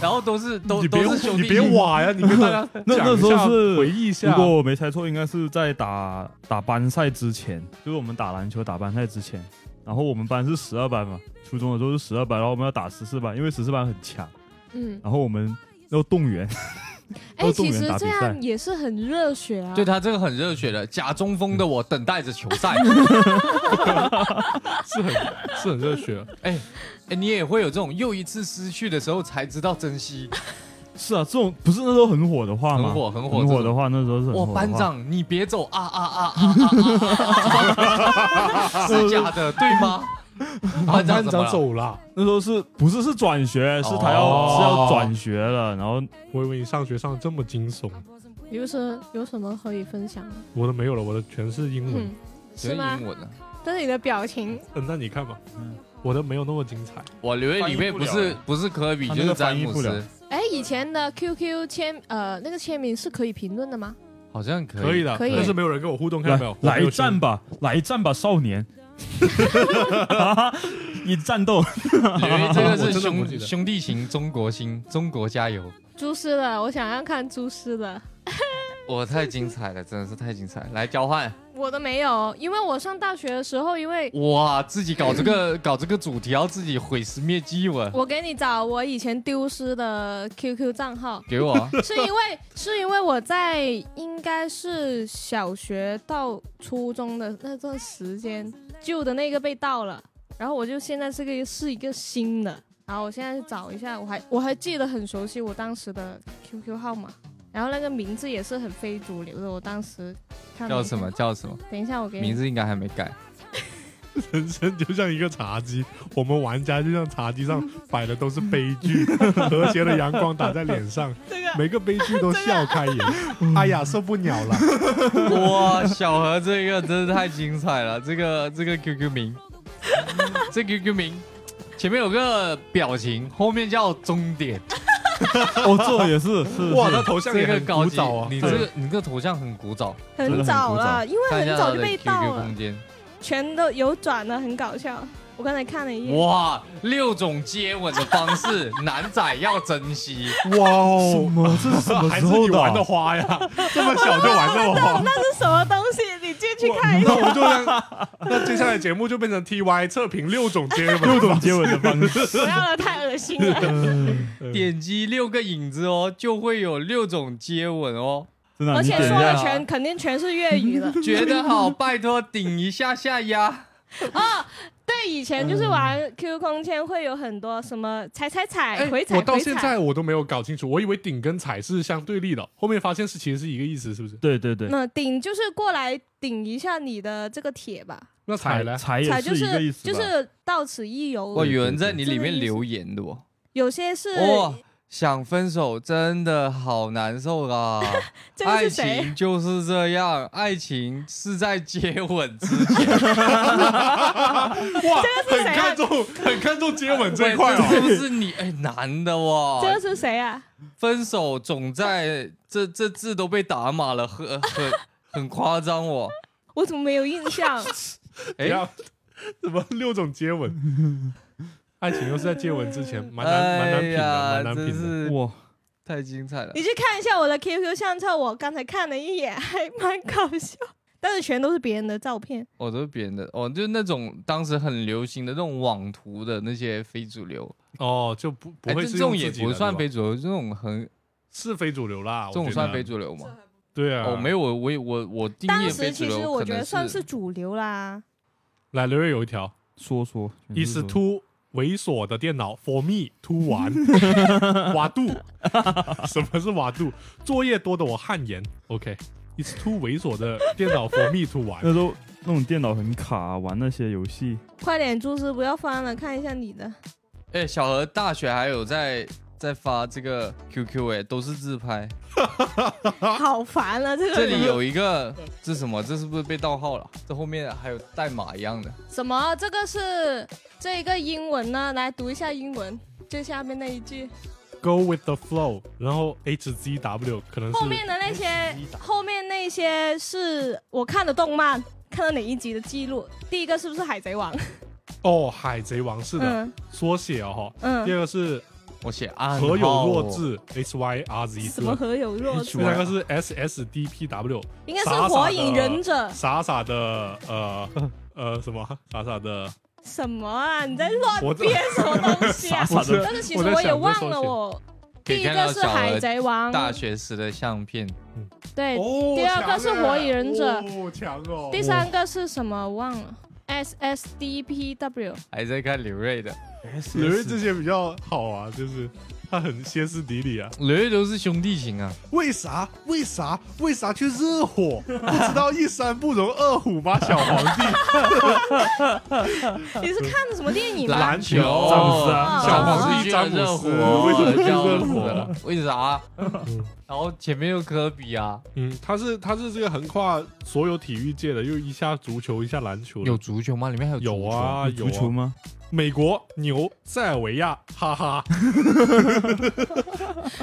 然后都是都你别都是兄弟情你别挖呀，你跟 *laughs* 大家那讲那一时候下是回忆一如下。果我没猜错，应该是在打打班赛之前，就是我们打篮球打班赛之前。然后我们班是十二班嘛，初中的时候是十二班，然后我们要打十四班，因为十四班很强。嗯，然后我们要动员， *laughs* 哎，都动其员实打这比赛样也是很热血啊。对他这个很热血的，假中锋的我等待着球 *laughs* 赛。是很是很热 *laughs* 血，哎哎，你也会有这种又一次失去的时候才知道珍惜。是啊，这种不是那时候很火的话吗？很火很火很这火种的话，那时候是很哇，火的班话，长你别走啊啊啊啊啊啊！是假的对吗？班长班怎么长了？走了。啊那时候是不是是转学？是他要、哦是要转学了，然后我以为你上学上得这么惊悚，刘蛇有什么可以分享的？我的没有了，我的全是英文嗯。，是吗英？文的，但是你的表情，嗯，那你看吧嗯，我的没有那么精彩。我留言里面不翻译是不了不是科比他就那是个詹姆翻译不斯了，哎，以前的 QQ 签呃那个签名是可以评论的吗？好像可以。可以的，可以但是没有人跟我互动，看到没有来？来一战吧，吧，来一战吧，少年， *laughs* 以战斗。因为这个我是真的不兄记得兄弟情，中国心，中国加油！蛛丝的，我想要看蛛丝的。我太精彩了，真的是太精彩！来交换，我的没有，因为我上大学的时候，因为哇，自己搞这个搞这个主题，要自己毁尸灭迹我，我给你找我以前丢失的 QQ 账号给我啊， *laughs* 是因为是因为我在应该是小学到初中的那段时间，旧的那个被盗了，然后我就现在这个是一个新的，然后我现在找一下，我还我还记得很熟悉我当时的 QQ 号码，然后那个名字也是很非主流的，我当时看了叫一下什么？叫什么？等一下我给你名字应该还没改。人生 *laughs* 就像一个茶几，我们玩家就像茶几 *laughs* 上摆的都是悲剧，和谐的阳光打在脸 *laughs* 上，这个每个悲剧都笑开颜。哎呀，受不了了！哇，小何这个真是太精彩了，这个这个 QQ 名，这 QQ 名前面有个表情，后面叫终点，哦，这也是是哇，是那头像这也个很高古级早啊，。你对这个你这个头像很古早，真的很很早古早了，因为看一下很早他就的被 QQ 盗了空，间，全都有转的，很搞笑。我刚才看了一眼，哇，六种接吻的方式， *laughs* 男仔要珍惜。哇什哦，么？这是什么还时是你候的玩啊？的花呀？这么小就玩那么花？那是什么东西？你进去看一下那。我们就让 *laughs* 那接下来节目就变成 T Y 测评六种接吻，*laughs* *laughs* 六种接吻的方式，不要了，太恶心了。点击六个影子哦，就会有六种接吻哦。真的啊，而你且点一说的下，全肯定全是粤语 *laughs* 的。觉得好，拜托顶一下下 *laughs* 呀。对，以前就是嗯玩 QQ 空间会有很多什么踩踩踩、哎回踩哎我到回现踩在。我都没有搞清楚，我以为顶跟踩是相对立的，后面发现是其实是一个意思，是不是？对对对，那顶就是过来顶一下你的这个铁吧，那踩呢？踩踩哎也就一个意是思吧，就是到此一游哇，。有人在你里面留言的哦。有些是哦哇，想分手真的好难受啊！ *laughs* 这个爱是谁？情就是这样，爱情是在接吻之前。哇，这个很是谁啊看重很看重接吻这一 *laughs* 块喂哦。这是不是你？哎，男的哇，这个是谁啊？分手总在这这字都被打码了，很很很夸张哦。我怎么没有印象？ *laughs* 哎，哎呀，怎么六种接吻？爱情又是在接吻之前，蛮难蛮难哎品的，蛮呀，难真品的。是哇，太精彩了你。去看一下我的 QQ 相册，我刚才看了一眼，还蛮搞笑，但是全都是别人的照片。哦，都是别人的哦，就是那种当时很流行的那种网图的那些非主流，哦，就不不哎会这是这种用也自己的不算对吧非主流，这种很是非主流啦，这我种觉算得非主流吗？对啊。哦，没有，我我我我定当义时非主其实流我可觉得能算是主流啦。来刘月有一条，说说嗯一是 to 猥琐的电脑，for me to *laughs* 玩，瓦度， *laughs* 什么是瓦度？作业多的我汗颜。OK，一是 to 猥琐的电脑，for me to 玩 *laughs* 那。时候那种电脑很卡啊，玩那些游戏，？快点，朱师不要翻了，看一下你的。哎、小何大学还有在在发这个 QQ 哎、都是自拍。 *laughs* 好烦啊！这个这人里有一个这什么？这是不是被盗号了？这后面还有代码一样的。什么？这个是这个英文呢？来读一下英文，最下面那一句， Go with the flow，然后 H Z W 可能是后面的那些，后面那些是我看的动漫，看到哪一集的记录？第一个是不是海贼王？哦，海贼王是的嗯缩写哦哈。第嗯，二个是我写暗何有号弱哦，智 H Y R Z，什么何有弱智啊嗯第？三个是 S S D P W，应该是傻傻的火影忍者傻傻的呃呃什么傻傻的，什么啊？你在乱我编什么东西 *laughs* 啊傻不是的但是其实我也忘了我。可第以一看个到是小海何贼王，大学时的相片。对，哦第二个是火影忍者强欸哦强哦。第三个是什么？我忘了，S S D P *laughs* W。还在看刘瑞的，刘瑞这些比较好啊，就是他很歇斯底里啊。刘瑞都是兄弟情啊。为啥？为啥？为啥去热火？不知道一山不容二虎吗？小皇帝，你哦是看的什么电影吗？篮球，詹姆斯啊小詹姆黄斯是詹姆斯热火，为什么是詹热姆斯火？为 *laughs* 啥嗯？然后前面又科比啊， *laughs* 嗯，他是他是这个横跨所有体育界的，又一下足球，一下篮球的。有足球吗？里面还有有啊，有足球啊，吗？美国牛塞尔维亚，哈哈，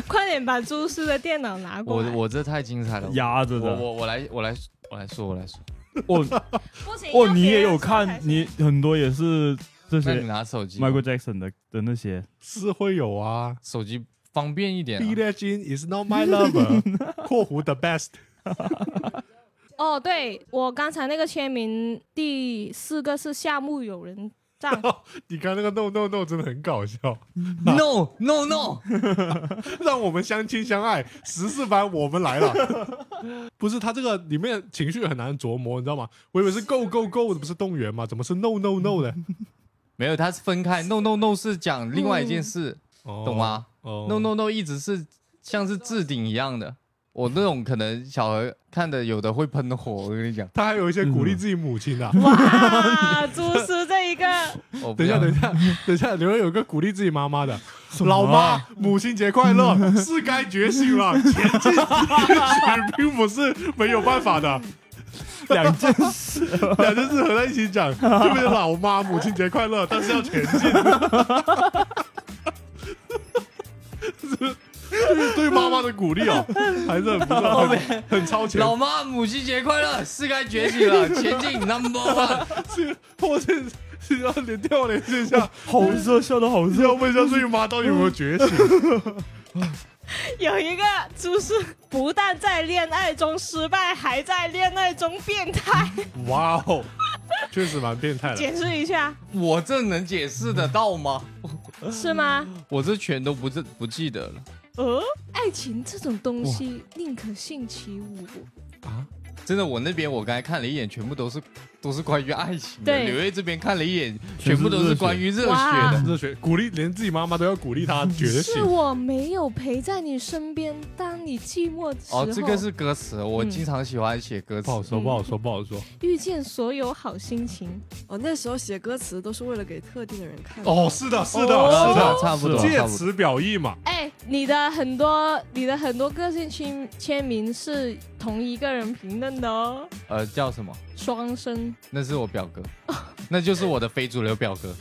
快点把朱师的电脑拿过我来。我这太精彩了，压着我的。我我来我来我来说我来说， *laughs* 哎哦不行哦，你啊也有看，你很多也是这那你些拿手机吧， Michael Jackson 的的那些，是会有啊。手机方便一点 Be 啊。 that Jean is not my *laughs* lover，括弧 the best。哦，对我刚才那个签名第四个是夏目友人帐， *laughs* 你刚刚那个 no no no 真的很搞笑， No no no， *laughs* 让我们相亲相爱。十四班我们来了， *laughs* 不是他这个里面情绪很难琢磨，你知道吗？我以为是 go go go 不是动员吗？怎么是 *laughs* no no no 呢？ *laughs* 没有，它是分开，no no no 是讲另外一件事，哦懂？吗哦？no no no 一直是像是置顶一样的。我那种可能小何看的有的会喷火，我跟你讲，他还有一些鼓励自己母亲的、嗯哇，啊朱师这一个，我不 *laughs* 等一下，要等一下，等一下，刘有个鼓励自己妈妈的，什么老妈啊，母亲节快 *laughs* 乐，是该觉醒了，前进，也 *laughs* 并不是没有办法的，两件事， *laughs* 两件事合在一起讲，就变成老妈，母亲节快乐，但是要前进。 *laughs* 对对妈妈的鼓励哦，还是很不错，很很超前， *laughs* 老妈母亲节快乐，是该觉醒了，前进 number one。 *laughs* 是破阵，是要连电话连线一下，好热，笑的好要热。问一下自己妈到底有没有觉醒。有一个朱师不但在恋爱中失败，还在恋爱中变 *laughs* 态，哇哦，确实蛮变态的。解释一下我这能解释得到吗？是吗？我这全都不是不记得了，呃，爱情这种东西，宁可信其无。真的，我那边我刚才看了一眼，全部都是都是关于爱情的。对刘烨这边看了一眼，全是全部都是热血关于热血哇的。热血鼓励，连自己妈妈都要鼓励他觉是醒。我没有陪在你身边，当你寂寞的时候。哦，这个是歌词，我嗯经常喜欢写歌词不。好说，不好说，不好说。遇见所有好心情。哦，那时候写歌词都是为了给特定的人看的。哦，是的，是差的，不哦是多的，差不多，借差不多。词表意嘛。哎，你的很多你的很多个性签签名是同一个人评论的哦，呃，叫什么？双生。那是我表哥，哦那就是我的非主流表哥。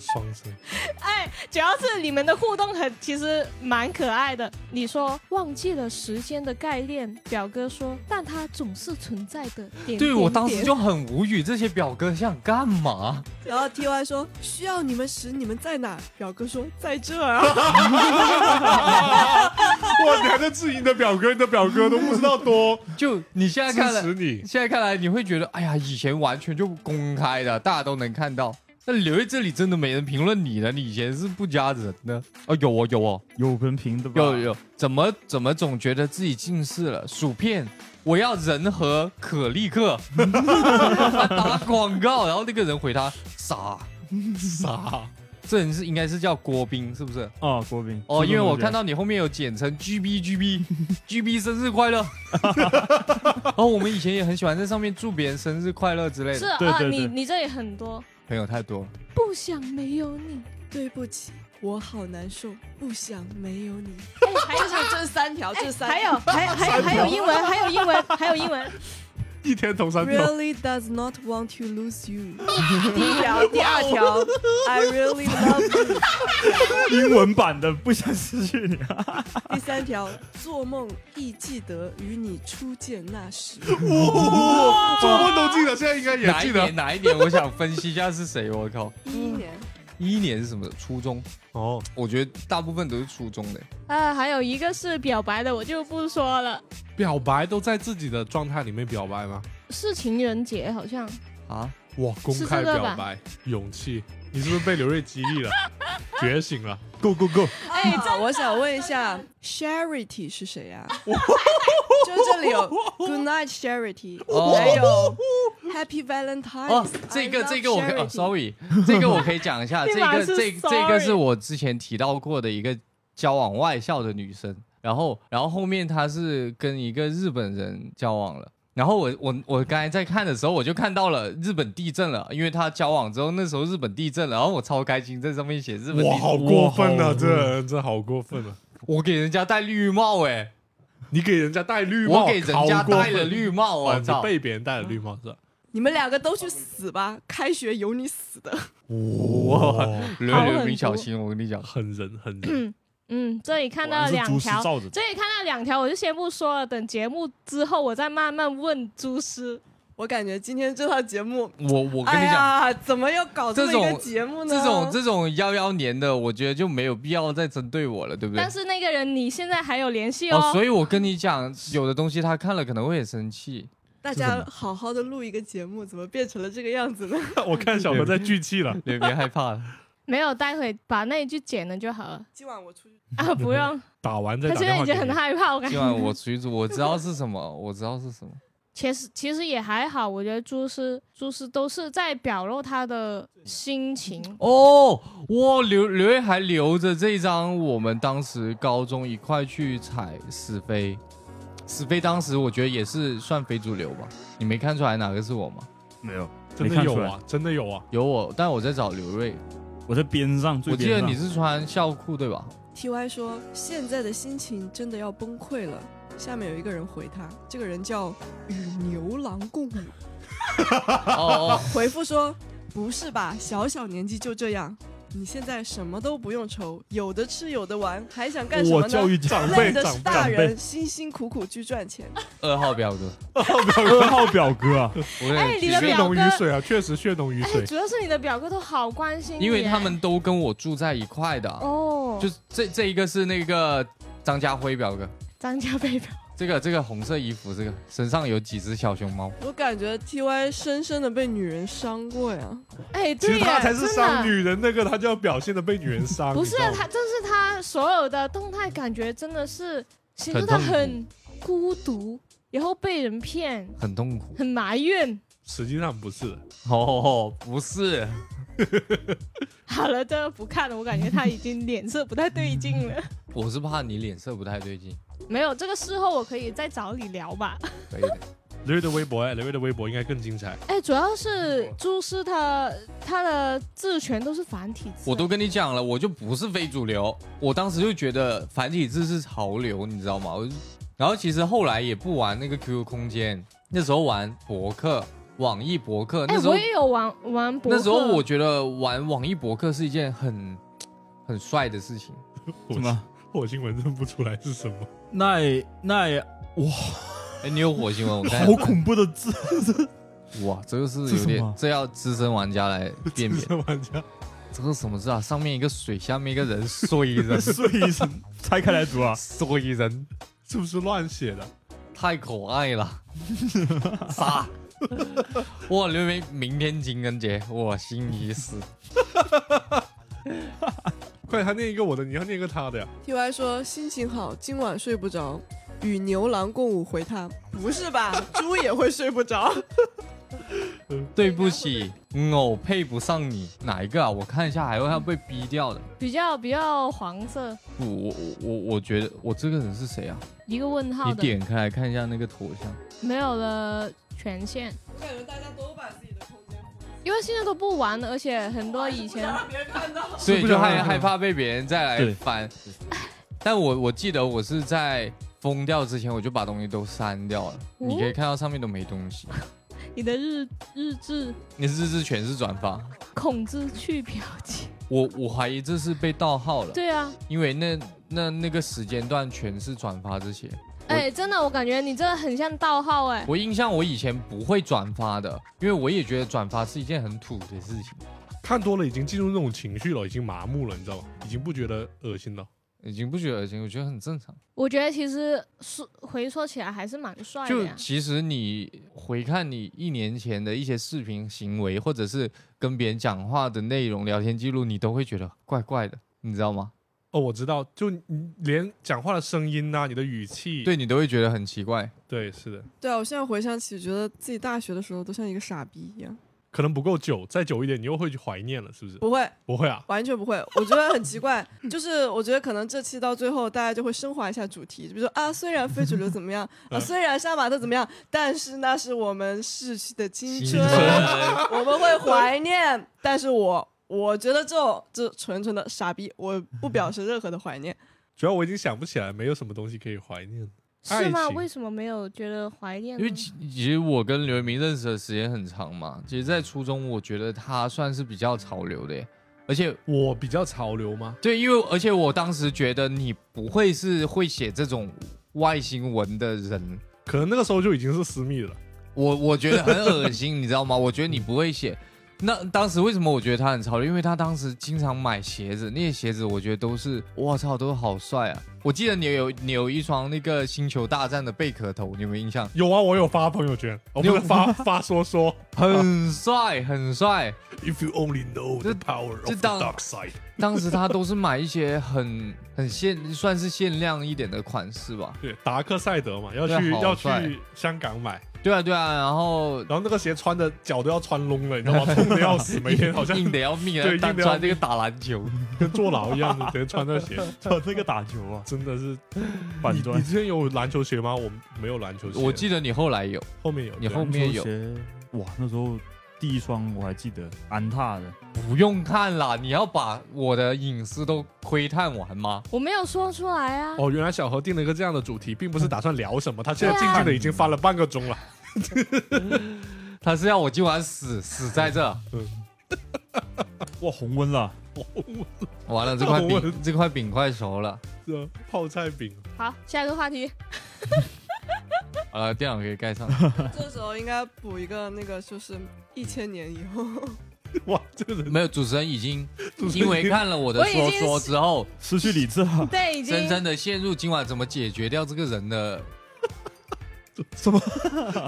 双生，哎，主要是你们的互动很，其实蛮可爱的。你说忘记了时间的概念，表哥说，但它总是存在的。点对我点当时点就很无语，这些表哥想干嘛？然后 T Y 说需要你们时你们在哪？表哥说在这儿 *laughs* 啊。哇，你还在质疑你的表哥，你的表哥都不知道多就你现在支看了，持你。现在看来你会觉得，哎呀，以前完全就公开的，大家都能看到。那留在这里真的没人评论你了，你以前是不加人的哦，有哦有哦有人评的吧？有有，怎么怎么总觉得自己近视了？薯片，我要人和可立克他打广告，然后那个人回他傻傻，这人是应该是叫郭斌是不是？啊，郭斌。哦，因为我看到到你后面有简称 GB GB GB 生日快乐。哦，我们以前也很喜欢在上面祝别人生日快乐之类是的，啊，对对你对你这里很多，朋友太多了。不想没有你。对不起，我好难受，不想没有你。哎，还有就是 *laughs* 这三条，这三条。还有还有还有还有英文，还有英文，还有英文。一天同三头， Really does not want to *laughs* lose you。第一条，第二条，I really love *laughs* you。英文版的，不想失去你啊！第三条，做梦亦记得与你初见 *laughs* 那时。做梦都记得，现在应该也哪一记得年？。哪一年？我想分析一下是谁。我靠，一一 *laughs* 年，一一年是什么？初中？哦，我觉得大部分都是初中的。啊，还有一个是表白的，我就不说了，表白都在自己的状态里面表白吗？是情人节好像。啊，哇，公是开这个表吧白，勇气，你是不是被刘瑞激励了？觉醒了， Go go go！哎，我想问一下，Charity 是谁 *laughs* 呀、啊？就这里有 Good Night Charity， *laughs* 哦还有 Happy Valentine。哦，这个这个我可以、哦、sorry，这 *laughs* 个我可以讲一下。这 *laughs* 立马个是这 sorry 这个是我之前提到过的一个交往外校的女生，然后然后后面她是跟一个日本人交往了。然后我我我刚才在看的时候，我就看到了日本地震了，因为她交往之后，那时候日本地震了，然后我超开心，在上面写日本地哇，震，好过分哇啊！好这人这好过分啊！我给人家戴绿帽哎、你给人家戴绿帽，我给人家好过戴分了绿帽，哦，我你操！被别人戴了绿帽是吧？你们两个都去死吧！开学有你死的。 *laughs* 哇，刘好很刘多你小心，我跟你讲，很人很人，嗯，这里看果然到啊是两蛛丝条，*laughs* 罩着。这里看到两条，我就先不说了，等节目之后我再慢慢问朱师。我感觉今天这套节目，我我跟哎你讲，呀，怎么又搞这么这一个种节目呢？这种这种幺幺年的，我觉得就没有必要再针对我了，对不对但？是那个人你现在还有联系哦，所以我跟你讲，有的东西他看了可能会很生 *laughs* 气。大这家怎么好好的录一个节目，怎么变成了这个样子呢？ *laughs* 我看小何在聚气了。对，别害怕，没有，待会把那一句剪了就好了今晚我出去，啊，不用。打完再他打现电在话已给经很你。害怕，我感今晚觉。我出去住，我知道是什么，我知道是什么。其实其实也还好，我觉得朱师朱师都是在表露他的心情。哦，我留刘烨还留着这张我们当时高中一块去踩死飞死飞当时我觉得也是算非主流吧，你没看出来哪个是我吗？没有，真没的看有出来啊，真的有啊，有我，但我在找刘瑞，我在边上，最我记边得上你是穿校裤对 *laughs* 吧？ T Y 说：“现在的心情真的要崩溃了。”下面有一个人回他，这个人叫与牛郎 *laughs* 共舞，哦，回复说：“不是吧，小小年纪就这样，你现在什么都不用愁，有的吃有的玩，还想干什么我教呢？育长累辈的长是辈大长辈人，辛辛苦苦去赚钱。二号表哥，二号表哥啊，我跟哎你举血的例表浓于哥水啊，确实血浓于哎，水。主要是你的表哥都好关心你，因为他们都跟我住在一块的啊、哦，就是这这一个是那个张家辉表哥，张家贝表，这个这个红色衣服，这个身上有几只小熊猫。”我感觉 T Y 深深的被女人伤过呀。哎，其对实呀，他才是真的伤女人，那个他就要表现的被女人啊伤。不你是啊知道吗他，但是他所有的动态感觉真的是显示他很很孤独，然后被人骗，很痛苦。很埋怨。 *laughs* 实际上不是。哦，不是，好了，这个不看了，我感觉他已经脸色不太对劲 *laughs* 了。我是怕你脸色不太对劲。没有，这个事后我可以再找你聊 *laughs* 吧。可以的，刘瑞的微博，哎，刘瑞的微博应该更精彩。哎，主要是朱师他他的字全都是繁体字，我都跟你讲了，我就不是非主流。我当时就觉得繁体字是潮流，你知道吗？我就然后其实后来也不玩那个 QQ 空间，那时候玩博客、网易博客。哎那，时候、我也有玩玩博客，那时候我觉得玩网易博客是一件很很帅的事情。 *laughs* 我什么？火星文认不出来是什么？那那哇，哎，你有火星 *laughs* 文？我看好恐怖的字， *laughs* 哇，这个是这有什点么，这要资深玩家来辨别 *laughs* 资。深玩家这个什么字啊？上面一个水，下面一个人， *laughs* 水人，，所以是拆开来读啊 *laughs* 水人，是不是乱写的？太可爱 *laughs* 了，傻。哇，刘明，明天情人节，我心已死。快点，他念一个我的，你要念一个他的呀。 T Y 说心情好，今晚睡不着。与牛郎共舞回他，不是 *laughs* 吧？猪也会睡不着。对不起，我配不上你。哪一个啊？我看一下，还会要被逼掉的。比较比较黄色不，我我我我觉得我这个人是谁啊？一个问号你的，点开来看一下那个头像。没有了权限。我感觉大家都把自己的空间因为现在都不玩了，而且很多哦以前别人看到。所以是不就是害很害怕被别人再来对翻。但我我记得我是在封掉之前，我就把东西都删掉了。哦你可以看到上面都没东西，你的日日志你日志全是转发。恐之去表情。我我怀疑这是被盗号了，对啊，因为那那那个时间段全是转发这些。我哎，真的，我感觉你这很像盗号哎。我印象我以前不会转发的，因为我也觉得转发是一件很土的事情，看多了已经进入那种情绪了，已经麻木了，你知道吗？已经不觉得恶心了。已经不觉得恶心，我觉得很正常。我觉得其实是回溯起来还是蛮帅的就呀。其实你回看你一年前的一些视频行为，或者是跟别人讲话的内容、聊天记录，你都会觉得怪怪的，你知道吗？哦，我知道，就你连讲话的声音呐、你的语气，对你都会觉得很奇怪。对，是的，对啊，我现在回想起，觉得自己大学的时候都像一个傻逼一样。可能不够久，再久一点，你又会去怀念了，是不是？不会，不会啊，完全不会。我觉得很奇怪，就是我觉得可能这期到最后，大家就会升华一下主题，比如说啊，虽然非主流怎么样，啊，嗯虽然杀马特怎么样，但是那是我们逝去的青青春，我们会怀念。但是我我觉得这种这纯纯的傻逼，我不表示任何的怀念。主要我已经想不起来，没有什么东西可以怀念。是爱吗？情为什么没有觉得怀念因呢？为其其实我跟刘一鸣认识的时间很长嘛，其实，在初中我觉得他算是比较潮流的耶，而且我比较潮流吗？对，因为而且我当时觉得你不会是会写这种外星文的人，可能那个时候就已经是私密了。我我觉得很恶心，你知道吗？ *laughs* 我觉得你不会写。那当时为什么我觉得他很潮流？因为他当时经常买鞋子，那些鞋子我觉得都是，我操，都好帅啊！我记得你有你有一双那个星球大战的贝壳头，你有没有印 *laughs* 象？有啊，我有发朋友圈，我你有不是发 *laughs* 发说说很帅，很帅。 ，If you only know the power 就 of the 当 dark side，当时他都是买一些很很限，算是限量一点的款式吧。对，达克赛德嘛，要对去好要帅去香港买，对啊，对啊，然后然后那个鞋穿的脚都要穿窿了，你知道吗？痛的要死，每天好像硬得要命啊对，单硬得要穿这个打篮球，跟坐牢一样的，直接穿那鞋，穿这个打球啊，真的是。板你砖你之前有篮球鞋吗？我没有篮球鞋，我记得你后来有，后面有，你对后面有篮球鞋，哇，那时候第一双我还记得，安踏的，不用看啦，你要把我的隐私都窥探完吗？我没有说出来啊。哦，原来小何定了一个这样的主题，并不是打算聊什么，他现在静静的已经翻了半个钟了。他是要我今晚死死在 *laughs* 这，哇，红温了，完了这块我饼这块饼快熟了，是啊，泡菜饼，哦好，下一个话题，呃，电脑可以 *laughs* 盖上。这时候应该补一个那个，就是一千年以后，哇，这个人没有，主持人已经 *laughs* 主持因人为看了我的我已说经，说之后，失去理智啊了对，已深经深的陷入今晚怎么解决掉这个人的。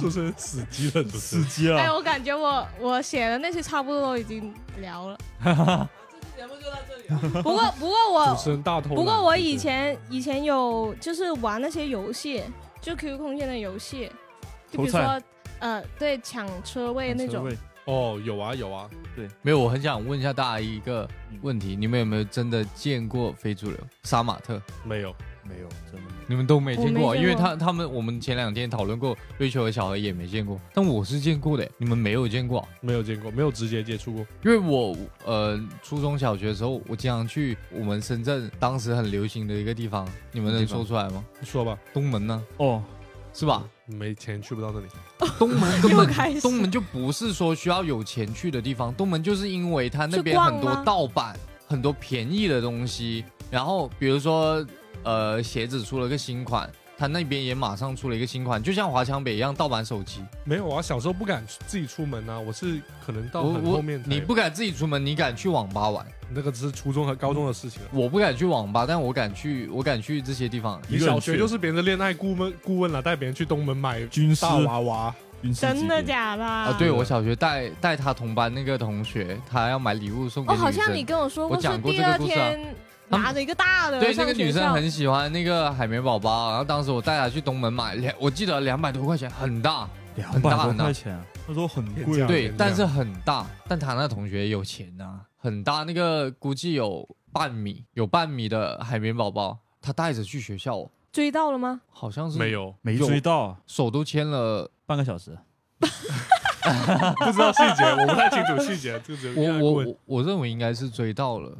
就是死机了，主持死人。机啊哎，了。我感觉我我写的那些差不多都已经 *laughs* 聊了。这期节目就到这里啊了。不过不过我主持人大头。不过我以前以前有就是玩那些游戏，就 QQ 空间的游戏，就比如投菜说呃，对，抢车位那车种。位哦，有啊有啊，没有，我很想问一下大家一个问题：你们有没有真的见过非主流杀马特？没有，没有，真的没有你们都没见过，我没见过因为他他们我们前两天讨论过，瑞秋和小何也没见过，但我是见过的，你们没有见过啊、没有见过，没有直接接触过。因为我呃初中小学的时候，我经常去我们深圳当时很流行的一个地方，你们能地方说出来吗？你说吧，东门呢，哦，是吧？没钱去不到那里。东 *laughs* 门根嗯又开始本东门就不是说需要有钱去的地方，东门就是因为它那边去逛很多吗盗版，很多便宜的东西。然后比如说，呃，鞋子出了个新款，它那边也马上出了一个新款，就像华强北一样盗版手机。没有啊，小时候不敢自己出门啊，我是可能到我很我后面才你不敢自己出门，你敢去网吧玩？那个只是初中和高中的事情啊了。我不敢去网吧，但我敢去，我敢去这些地方。你一个人小学去就是别人的恋爱顾问顾问了，啊带别人去东门买军师大娃娃，军师级真的别假的？啊，啊对我小学带带他同班那个同学，他要买礼物送给哦，女生。好像你跟我说我是讲过第这个二故事啊天他们拿着一个大的对，那上个学女生校很喜欢那个海绵宝宝，然后当时我带她去东门买，两我记得两百多块钱，很大，两很百大多很大块钱啊，那时候很天贵价啊。对天，但价是很大，但她那同学有钱啊，很大，那个估计有半米，有半米的海绵宝宝，她带着去学校哦，追到了吗？好像是没，有，没有追到，手都牵了，半个小时。不知道细节，我不太清楚细节。这个只有我恋爱我顾问我我认为应该是追到了，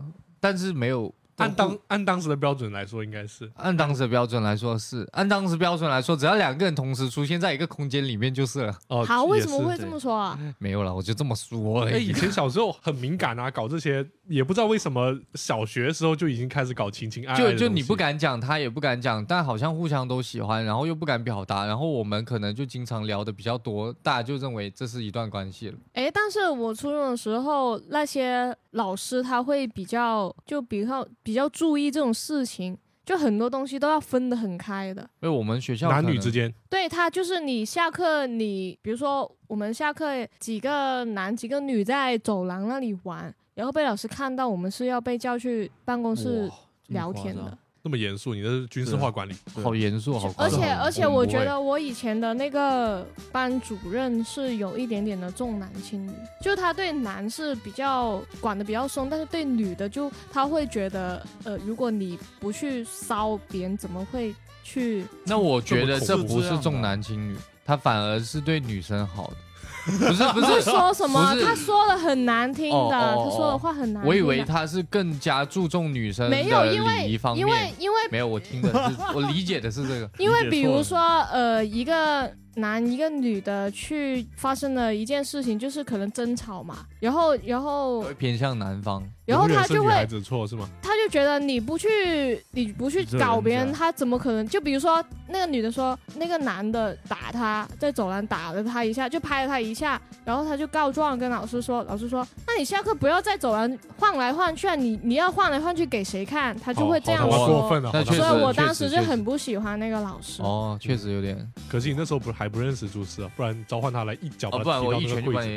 但是没有按当按当时的标准来说，应该是按当时的标准来说是，按当时标准来说，只要两个人同时出现在一个空间里面就是了， *laughs* 哦好，为什么会对这么说 *laughs* 啊？没有了，我就这么说而哎，以已。前小时候很敏感啊，搞这些也不知道为什么，小学时候就已经开始搞情情爱爱 *laughs* 就的东西就你不敢讲，他也不敢讲，但好像互相都喜欢，然后又不敢表达，然后我们可能就经常聊的比较多，大家就认为这是一段关系了。哎，但是我初中的时候，那些老师他会比较就比较比较注意这种事情，就很多东西都要分得很开的。因为我们学校男可女能之间对他就是你下课你，比如说我们下课几个男几个女在走廊那里玩，然后被老师看到，我们是要被叫去办公室哇这么聊天夸的张。那么严肃，你这是军事化管理，对好严肃，好夸而张且好而且，恐怖我觉哎欸得我以前的那个班主任是有一点点的重男轻女，就他对男是比较管的比较松，但是对女的就他会觉得，呃，如果你不去骚别人，怎么会去？那我觉得这这么恐怖不是重男轻女，他反而是对女生好 *laughs* 的，不是不是是。 *laughs* 说什么 *laughs* 不？是他说的很难听的，哦哦哦他说的话很难听的。我以为他是更加注重女生的没有，因礼仪为方因为面，因为 *laughs* 没有，我听的是我理解的是这 *laughs* 个，因为理解错了比如说呃，一个男一个女的去发生了一件事情，就是可能争吵嘛，然后然后会偏向男方。然后永远他是就女孩会子错是吗？他就觉得你不去你不去你这人搞别人，家他怎么可能？就比如说那个女的说那个男的打她，在走廊打了她一下，就拍了她一下，然后他就告状跟老师说，老师说那你下课不要在走廊晃来晃去啊，你你要晃来晃去给谁看？他就会这样好好哦他妈好过说。分了，那好他妈确所实以我当时确实就很不喜欢那个老师。哦，确实有嗯点，可惜你那时候不是还不认识朱师啊，不然召唤他来一脚哦，把他不然踢我到一那个拳就柜把子。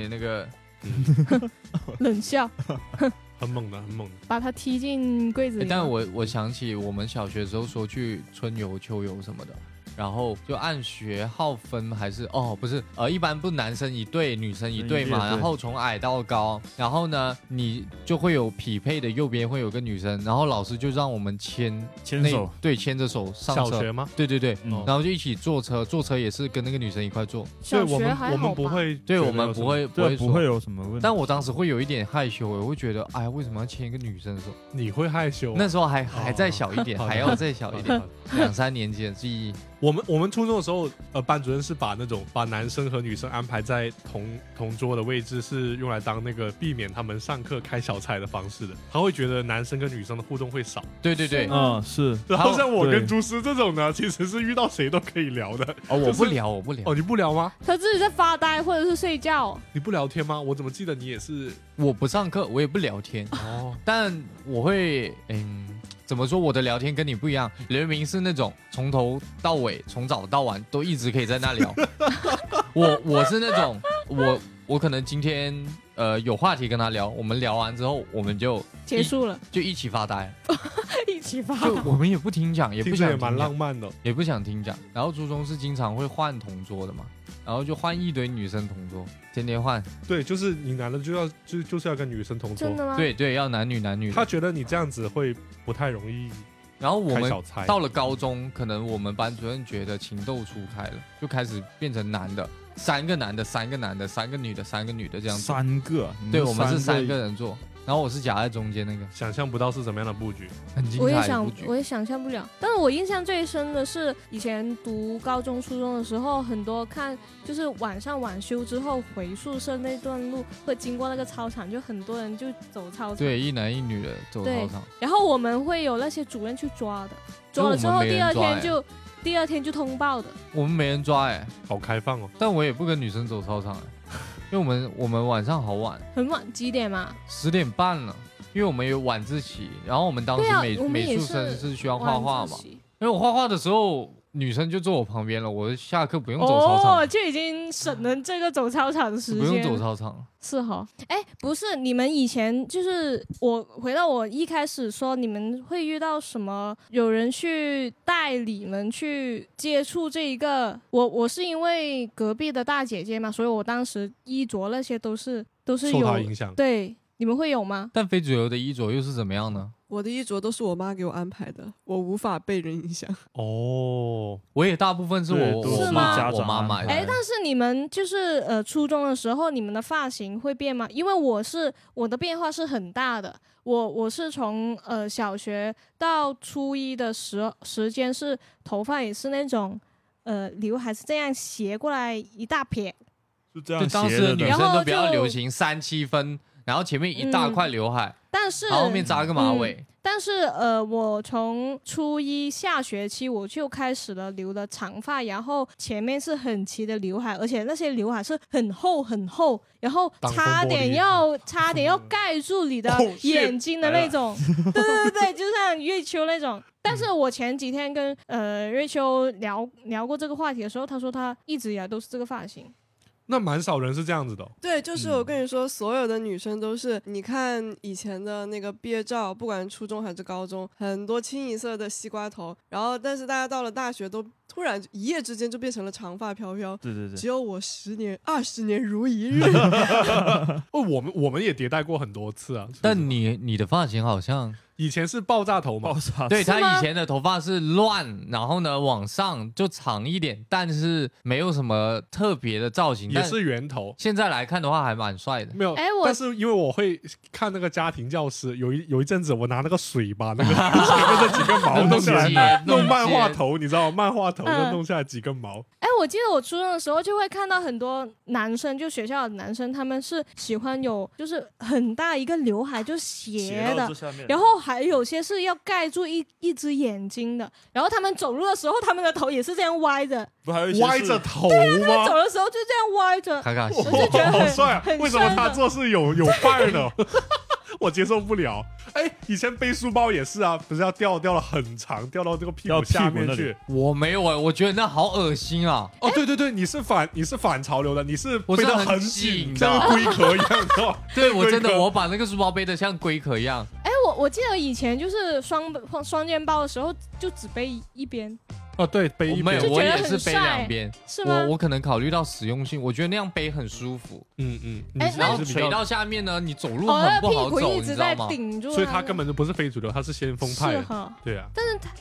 你那个冷笑。很猛的，很猛的。把它踢进柜子诶哎里。但我我想起我们小学的时候说去春游、秋游什么的，然后就按学号分还是哦不是呃一般不男生一队女生一队嗯嘛，对对然后从矮到高，然后呢你就会有匹配的右边会有个女生，然后老师就让我们牵牵那手，对牵着手上小车，学吗？对对对，嗯然后就一起坐车，坐车也是跟那个女生一块坐，所以小我学们还我好们吧不，会觉得对有我什么，们不会不对会啊，不会说。有什么问题。但我当时会有一点害羞，我会觉得，哎呀，为什么要牵一个女生的手？你会害羞啊。那时候还还再小一点，好的还要再小好一的点好，的两三年级的记忆。我们我们初中的时候，呃，班主任是把那种把男生和女生安排在同同桌的位置，是用来当那个避免他们上课开小差的方式的。他会觉得男生跟女生的互动 *laughs* 会少，对对对是，吗嗯是， *laughs* 然后像我对跟朱师这种呢，其实是遇到谁都可以聊的。哦，我就不是聊，我不聊哦，，你不聊吗？他自己在发呆或者是睡觉。你不聊天吗？我怎么记得你也是？我不上课，我也不聊天，哦，但我会，嗯，怎么说？我的聊天跟你不一样，刘明是那种从头到尾，从早到晚都一直可以在那 *laughs* 聊。我我是那种，我我可能今天呃有话题跟他聊，我们聊完之后，我们就结 *laughs* 束了，就一起发呆，一起发。就我们也不听讲，也不听着想也听蛮讲浪漫的。也不想听讲。然后初中是经常会换同桌的嘛，然后就换一堆女生同桌，天天换。对，就是你男的就要就就是要跟女生同桌真，的吗？，对对，要男女男女的。他觉得你这样子会不太容易然后我开们小差。到了高中，可能我们班主任觉得情窦初开了，就开始变成男的，三个男的，三个男的，三个女的，三个女的这样子。三个，你对，我们是三个个人做，然后我是夹在中间那个，想象不到是什么样的布局，很精我也彩的布想，局我。也想象不了。但是我印象最深的是，以前读高中、初中的时候，很多看就是晚上晚修之后回宿舍那段路，会经过那个操场，就很多人就走操场。对，一男一女的走对操场，然后我们会有那些主任去抓的，抓了之我后们没第人二抓天哎就第二天就通报的。我们没人抓哎、好开放哦。但我也不跟女生走操场哎、因为我们我们晚上好晚，很晚几点嘛？十点半了，因为我们有晚自习，然后我们当时对啊美、我们美也术生是是需要画画晚自嘛，习因为我画画的时候，女生就坐我旁边了，我下课不用走操场，哦，就已经省了这个走操场的时不用间。走操场了。是哈，哎，不是，你们以前就是我回到我一开始说，你们会遇到什么？有人去带你们去接触这一个？我我是因为隔壁的大姐姐嘛，所以我当时衣着那些都是都是受有他影响，对，你们会有吗？但非主流的衣着又是怎么样呢？我的衣着都是我妈给我安排的，我无法被人影响。哦，我也大部分是对我都是我是妈家长啊我妈买安的排哎，但是你们就是呃，初中的时候，你们的发型会变吗？因为我是我的变化是很大的，我我是从呃小学到初一的时时间是头发也是那种呃刘海是这样斜过来一大撇，就这就样当斜时的着女生的，然后都比较就流行三七分，然后前面一大块刘海，但嗯是嗯然后后面扎个马尾，但是呃，我从初一下学期我就开始了留了长发，然后前面是很齐的刘海，而且那些刘海是很厚很厚，然后挡风差玻璃 *laughs* 点要差点要盖住你的 Oh, shit，眼睛的那种。对对对，就像瑞秋那种。但是我前几天跟呃瑞秋聊聊过这个话题的时候，她说她一直以来都是这个发型。那蛮少人是这样子的哦、对，就是我跟你说，所有的女生都是，你看以前的那个毕业照，不管初中还是高中，很多清一色的西瓜头，然后但是大家到了大学都突然一夜之间就变成了长发飘飘。对对对只，有我十年、二十年如一日，哦，我们我们也迭代过很多次啊。是不是但你你的发型好像，以前是爆炸头嘛爆，炸对啊吗她以前的头发是乱，然后呢往上就长一点，但是没有什么特别的造型，也但是圆头，现在来看的话还蛮帅 *laughs* 的。没有。哎我但是因为我会看那个家庭教师，有一有一阵子我拿那个水把那个前面这几根毛弄下来，来弄漫画，头，你知道吗？漫画头嗯就弄下来几根毛，哎，我记得我初中的时候就会看到很多男生，就学校的男生，他们是喜欢有就是很大一个刘海，就斜的，然后还有些是要盖住一一只眼睛的，然后他们走路的时候，他们的头也是这样歪着，不还有一些歪是着头走哦吗？的时候就这样歪着。卡卡西 *laughs* 我就觉得好很帅啊！很为什么帅他的做事有有范儿呢？我接受不了。哎，以前背书包也是啊，不是要掉掉了很长，掉到这个屁掉股屁股下面那里去。我没有啊，我觉得那好恶心 *laughs* 啊！哦，对对对，你是反你是反潮流的，你是我背是得很紧，紧的像个龟壳一样，你知道吗？ *laughs* 对我真龟的，壳我把那个书包背得像龟壳一样。哎，我我记得以前就是双双肩包的时候，就只背一边，哦，对，背我一没边有，就，我觉得也很是背帅两边。是吗？我我可能考虑到实用性，我觉得那样背很舒服，嗯嗯，你哎是然后你是比垂较到下面呢，你走路哦，那很个不屁好股走，一你直知在道吗？顶住，所以他根本就不是非主流，他是先锋派啊是的。哈。对啊，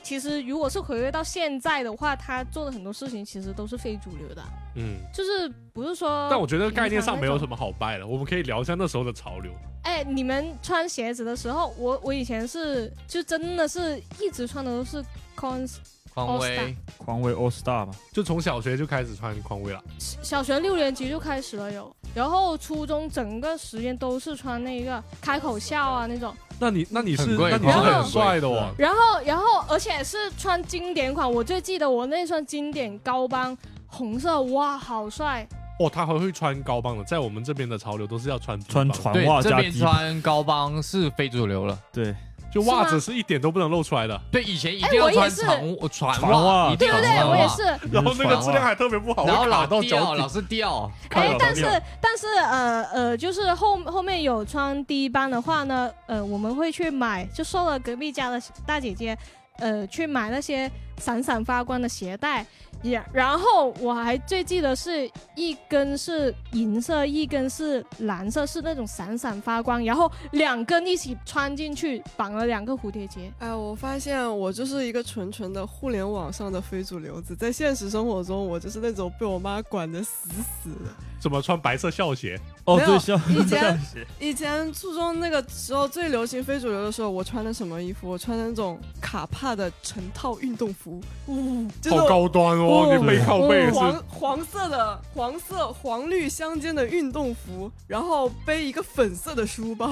其实如果是回归到现在的话，他做的很多事情其实都是非主流的，啊嗯，就是不是说。但我觉得概念上没有什么好掰的，我们可以聊一下那时候的潮流。哎，你们穿鞋子的时候，我我以前是就真的是一直穿的都是 cons，哦匡威 All-Star，狂威 All Star 嘛，就从小学就开始穿匡威了，小学六年级就开始了有，然后初中整个时间都是穿那个开口笑啊那种。那你那你是很贵那你是然后很帅的哦，然后，然后，而且是穿经典款，我最记得我那双经典高帮，红色，哇，好帅！哦，他还会穿高帮的，在我们这边的潮流都是要穿低帮穿的船对袜，这加边低，穿高帮是非主流了。对，就袜子是一点都不能露出来的，对，以前一哎定要我也穿是长啊船船袜一定对要不对啊穿？我也袜是，然后那个质量还还特别不好，然后会卡老到掉，脚老底。是掉。看哎到，但没是有但是呃呃，就是后后面有穿低帮的话呢，呃，我们会去买，就受了隔壁家的大姐姐，呃，去买那些闪闪发光的鞋带，也然后我还最记得是一根是银色，一根是蓝色，是那种闪闪发光，然后两根一起穿进去，绑了两个蝴蝶结。哎，我发现我就是一个纯纯的互联网上的非主流子，在现实生活中，我就是那种被我妈管得死死的。怎么穿白色校鞋？哦，没有对，像以 *laughs* 前以前初中那个时候最流行非主流的时候，我穿的什么衣服？我穿的那种卡帕的成套运动服，嗯，真好的高端哦，哦你背靠背也是。黄黄色的黄色黄绿相间的运动服，然后背一个粉色的书包，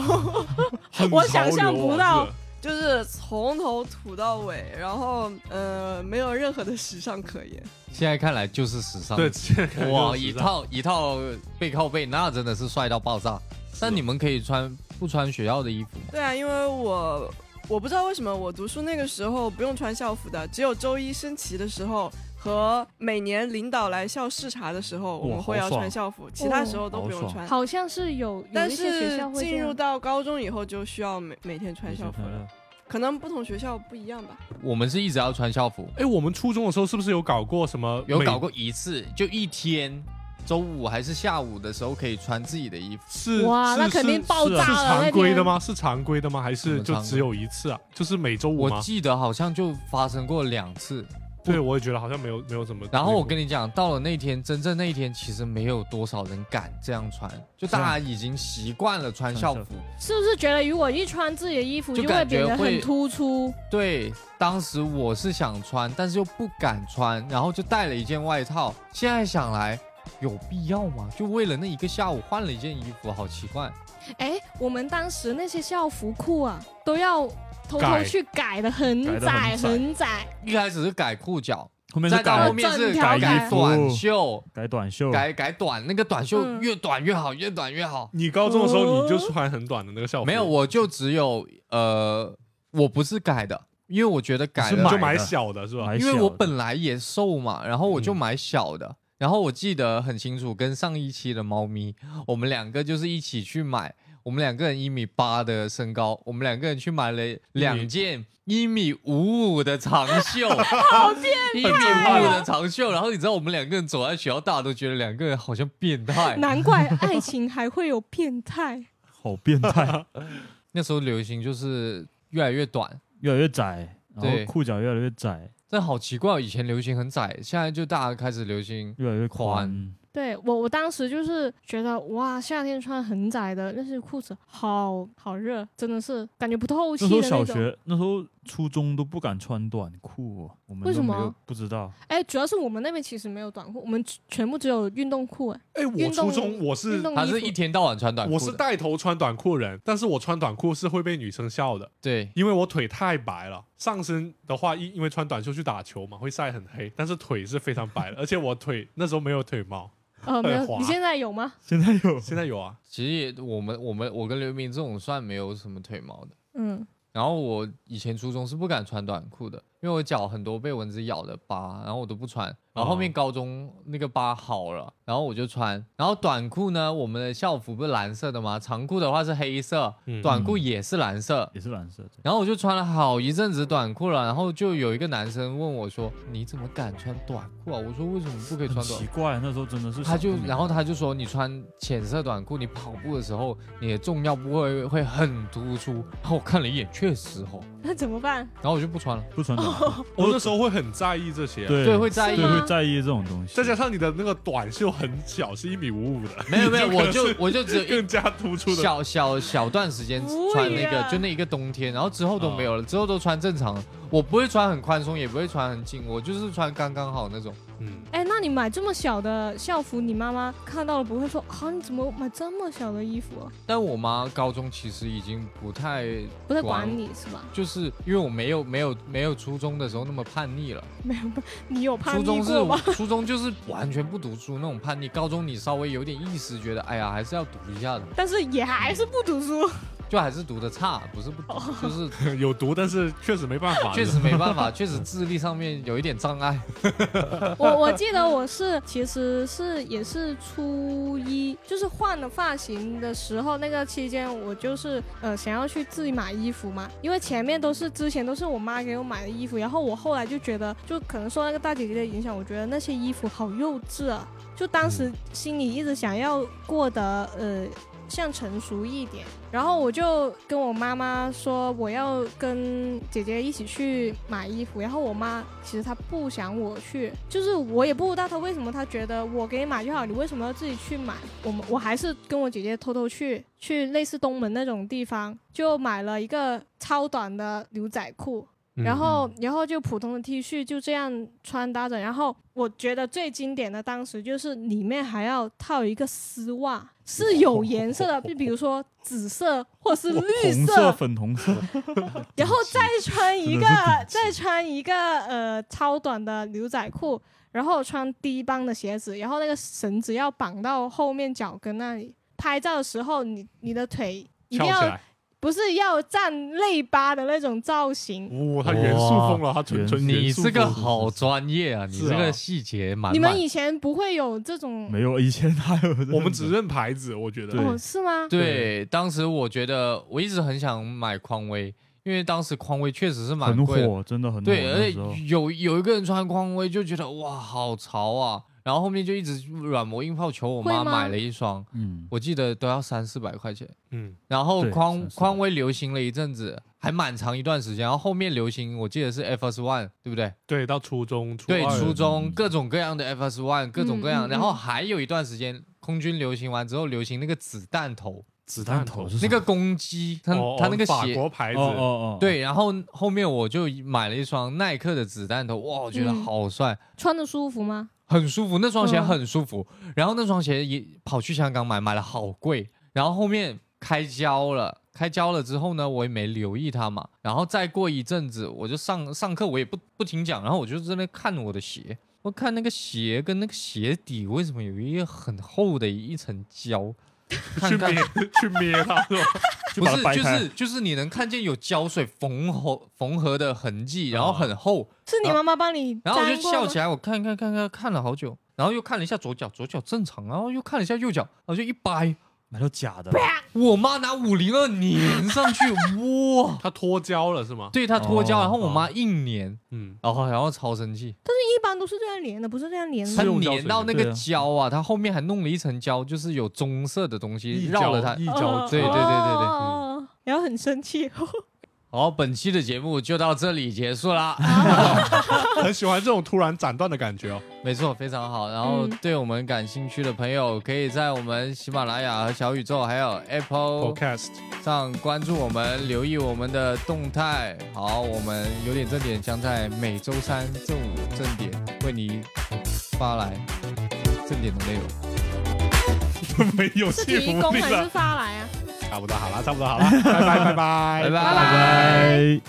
*laughs* 很我潮想象流不哦到是就是从头土到尾，然后呃没有任何的时尚可言。现在看来就是时尚。嗯对，现在看哇，就是一时尚套一套背靠背，那真的是帅到爆炸。但你们可以穿不穿学校的衣服吗？对啊，因为我我不知道为什么我读书那个时候不用穿校服的，只有周一升旗的时候和每年领导来校视察的时候，我们会要穿校服，其哦他时候都不用穿。好像是有有但一些学是校会这进入样。到高中以后就需要每每天穿校服了，可能不同学校不一样吧。我们是一直要穿校服，哎，我们初中的时候是不是有搞过什么？有搞过一次，就一天，周五还是下午的时候可以穿自己的衣服。是哇，是那肯定是爆炸了！是常那规天的吗？是常规的吗？还什是么就常规只有一次啊？就是每周五我吗？记得好像就发生过两次。对，我也觉得好像没有没有什么。然后我跟你讲，到了那天，真正那一天，其实没有多少人敢这样穿，就大家已经习惯了穿校服。是不是觉得如果一穿自己的衣服，就就感会觉变得会很突出？对，当时我是想穿，但是又不敢穿，然后就带了一件外套。现在想来，有必要吗？就为了那一个下午换了一件衣服，好奇怪。哎，我们当时那些校服裤啊，都要偷改偷去改的很改窄得很很窄。一开始是改裤脚，后面再嗯是到改后面是整条改改短袖，改短袖，改改短，那个短袖嗯越短越好，越短越好。你高中的时哦候你就穿很短的那个校服，没有，我就只有呃，我不是改的，因为我觉得改是了就买买的小的是吧？买因为小我的本来也瘦嘛，然后我就嗯买小的。然后我记得很清楚，跟上一期的猫咪，我们两个就是一起去买，我们两个人一米八的身高，我们两个人去买了两件一米五五的长袖， *laughs* 好变态、一哦米五的长袖。然后你知道我们两个人走在学校，大家都觉得两个人好像变哎态。难怪爱情还会有变态。好变态，那时候流行就是越来越短，越来越窄，然对后裤脚越来越窄，但好奇怪哦，以前流行很窄，现在就大家开始流行越来越宽宽， *laughs* 对我，我当时就是觉得哇，夏天穿很窄的那些裤子好好热，真的是感觉不透那气时候的那小种。学，那时候初中都不敢穿短裤哦，我们为什都没么有？不知道，哎，主要是我们那边其实没有短裤，我们全全部只有运动裤。 *laughs* 哎，哎，我运初动中我是运动他衣服是一天到晚穿短裤我的。是带头穿短裤人，但是我穿短裤是会被女生笑的，对，因为我腿太白了。上身的话，因因为穿短袖去打球嘛，会晒很黑，但是腿是非常白的，而且我腿那时候没有腿毛，呃，没哎很有，滑你现在有吗？现在有现在有啊，其实也我们我们我跟刘明这种算没有什么腿毛的。嗯，然后我以前初中是不敢穿短裤的，因为我脚很多被蚊子咬的疤，然后我都不穿。然后后面哦高中那个疤好了，然后我就穿。然后短裤呢，我们的校服不是蓝色的吗？长裤的话是黑色，嗯短裤也是蓝色。也是蓝色的，然后我就穿了好一阵子短裤了，然后就有一个男生问我说：“你怎么敢穿短裤啊？”我说：“为什么不可以很穿短奇裤？”怪，那时候真的是他就想不，明然后白他就说，你穿浅色短裤，你跑步的时候，你的重要部位会很突出。然后我看了一眼，确实哦， *laughs* 那怎么办？然后我就不穿了。不穿 *laughs* 短裤，我那时候会很在意这些啊、对对，会在意是对吗会在意这种东西，再加上你的那个短袖很小，是一米五五 *laughs* 的，没有没有，你可我能就是我就只有更加突出一的。小小小段时间无语穿那个啊，就那一个冬天，然后之后都没有了，之后都穿正常了。我不会穿很宽松，也不会穿很紧，我就是穿刚刚好那种。嗯，哎，那你买这么小的校服，你妈妈看到了不会说啊？你怎么买这么小的衣服啊、但我妈高中其实已经不太，不太管管你是吧？就是因为我没有没有没有初中的时候那么叛逆了。没有，不你有叛初逆中是过吗？ *laughs* 初中就是完全不读书那种叛逆，高中你稍微有点意识，觉得哎呀还是要读一下的，但是也还是不读书。就还是读的差，不是不哦读，就是有毒，但是确实没办法。确实没办 *laughs* 法，确实嗯智力上面有一点障碍。 *laughs* 我我记得我是其实是也是初一，就是换了发型的时候，那个期间我就是呃想要去自己买衣服嘛，因为前面都是之前都是我妈给我买的衣服，然后我后来就觉得，就可能受那个大姐姐的影响，我觉得那些衣服好幼稚啊，就当时心里一直想要过得呃像成熟一点，然后我就跟我妈妈说我要跟姐姐一起去买衣服，然后我妈其实她不想我去，就是我也不知道她为什么，她觉得我给你买就好，你为什么要自己去买？我们我还是跟我姐姐偷偷去去类似东门那种地方，就买了一个超短的牛仔裤，嗯然后，然后就普通的 T 恤就这样穿搭着，然后我觉得最经典的当时就是里面还要套一个丝袜，是有颜色的，就比如说紫色或是绿红色、粉红色，然后再穿一个真再的是顶级穿一个呃超短的牛仔裤，然后穿低帮的鞋子，然后那个绳子要绑到后面脚跟那里。拍照的时候，你你的腿一翘定起要来，不是要站内八的那种造型，哇，他元素疯了，他纯元纯元你素这个疯了好专业啊，你是啊这个细节满你满们。以前不会有这种没有以前还有这种 *laughs* 我们只认牌子，我觉得。对哦，是吗？对，当时我觉得我一直很想买匡威，因为当时匡威确实是蛮很贵的。火，真的很火，对，而那时候且有有一个人穿匡威就觉得哇好潮啊，然后后面就一直软磨硬泡求我妈会吗买了一双，嗯，我记得都要三四百块钱。嗯，然后对匡三四百匡威流行了一阵子，还蛮长一段时间。然后后面流行，我记得是 F S One，对不对？对，到初中，初对，二初中嗯各种各样的 F S One，各种各样。嗯嗯然后还有一段时间，空军流行完之后，流行那个子弹头，子弹头是那个公鸡，它哦它哦那个法鞋。国牌哦子，哦哦，对，然后后面我就买了一双耐克的子弹头，哇，我觉得嗯好帅，穿的舒服吗？很舒服，那双鞋嗯很舒服。然后那双鞋也跑去香港买，买了好贵。然后后面开胶了，开胶了之后呢，我也没留意它嘛。然后再过一阵子，我就上上课，我也不不听讲，然后我就在那看我的鞋，我看那个鞋跟那个鞋底为什么有一个很厚的一层胶。去看看咩去咩它是吧？就不把是它掰就开是就是你能看见有胶水缝合缝合的痕迹，啊然后很厚，是你妈妈帮你然后我就粘过笑吗？起来，我看看看看看了好久，然后又看了一下左脚，左脚正常，啊然后又看了一下右脚，然后就一掰，买到假的，我妈拿五零二粘上去，哇！它脱胶了是吗？对她脱胶，哦然后我妈硬粘，嗯，然后然后超生气，一般都是这样连的，不是这样连她是的。用胶水粘到那对个啊胶啊，她后面还弄了一层胶，就是有棕色的东西一绕胶了它。一哦胶对对对对对哦然后很生气。好，本期的节目就到这里结束啦。很喜欢这种突然斩断的感觉哦。没错，非常好。然后嗯对我们感兴趣的朋友，可以在我们喜马拉雅和小宇宙，还有 Apple Podcast，上关注我们，留意我们的动态。好，我们有点正点将在每周三、周五正点为你发来正点的内容。 *laughs* 没有说是提服供力还是了。发来啊？差不多好了，差不多好了，拜拜拜拜拜拜拜拜。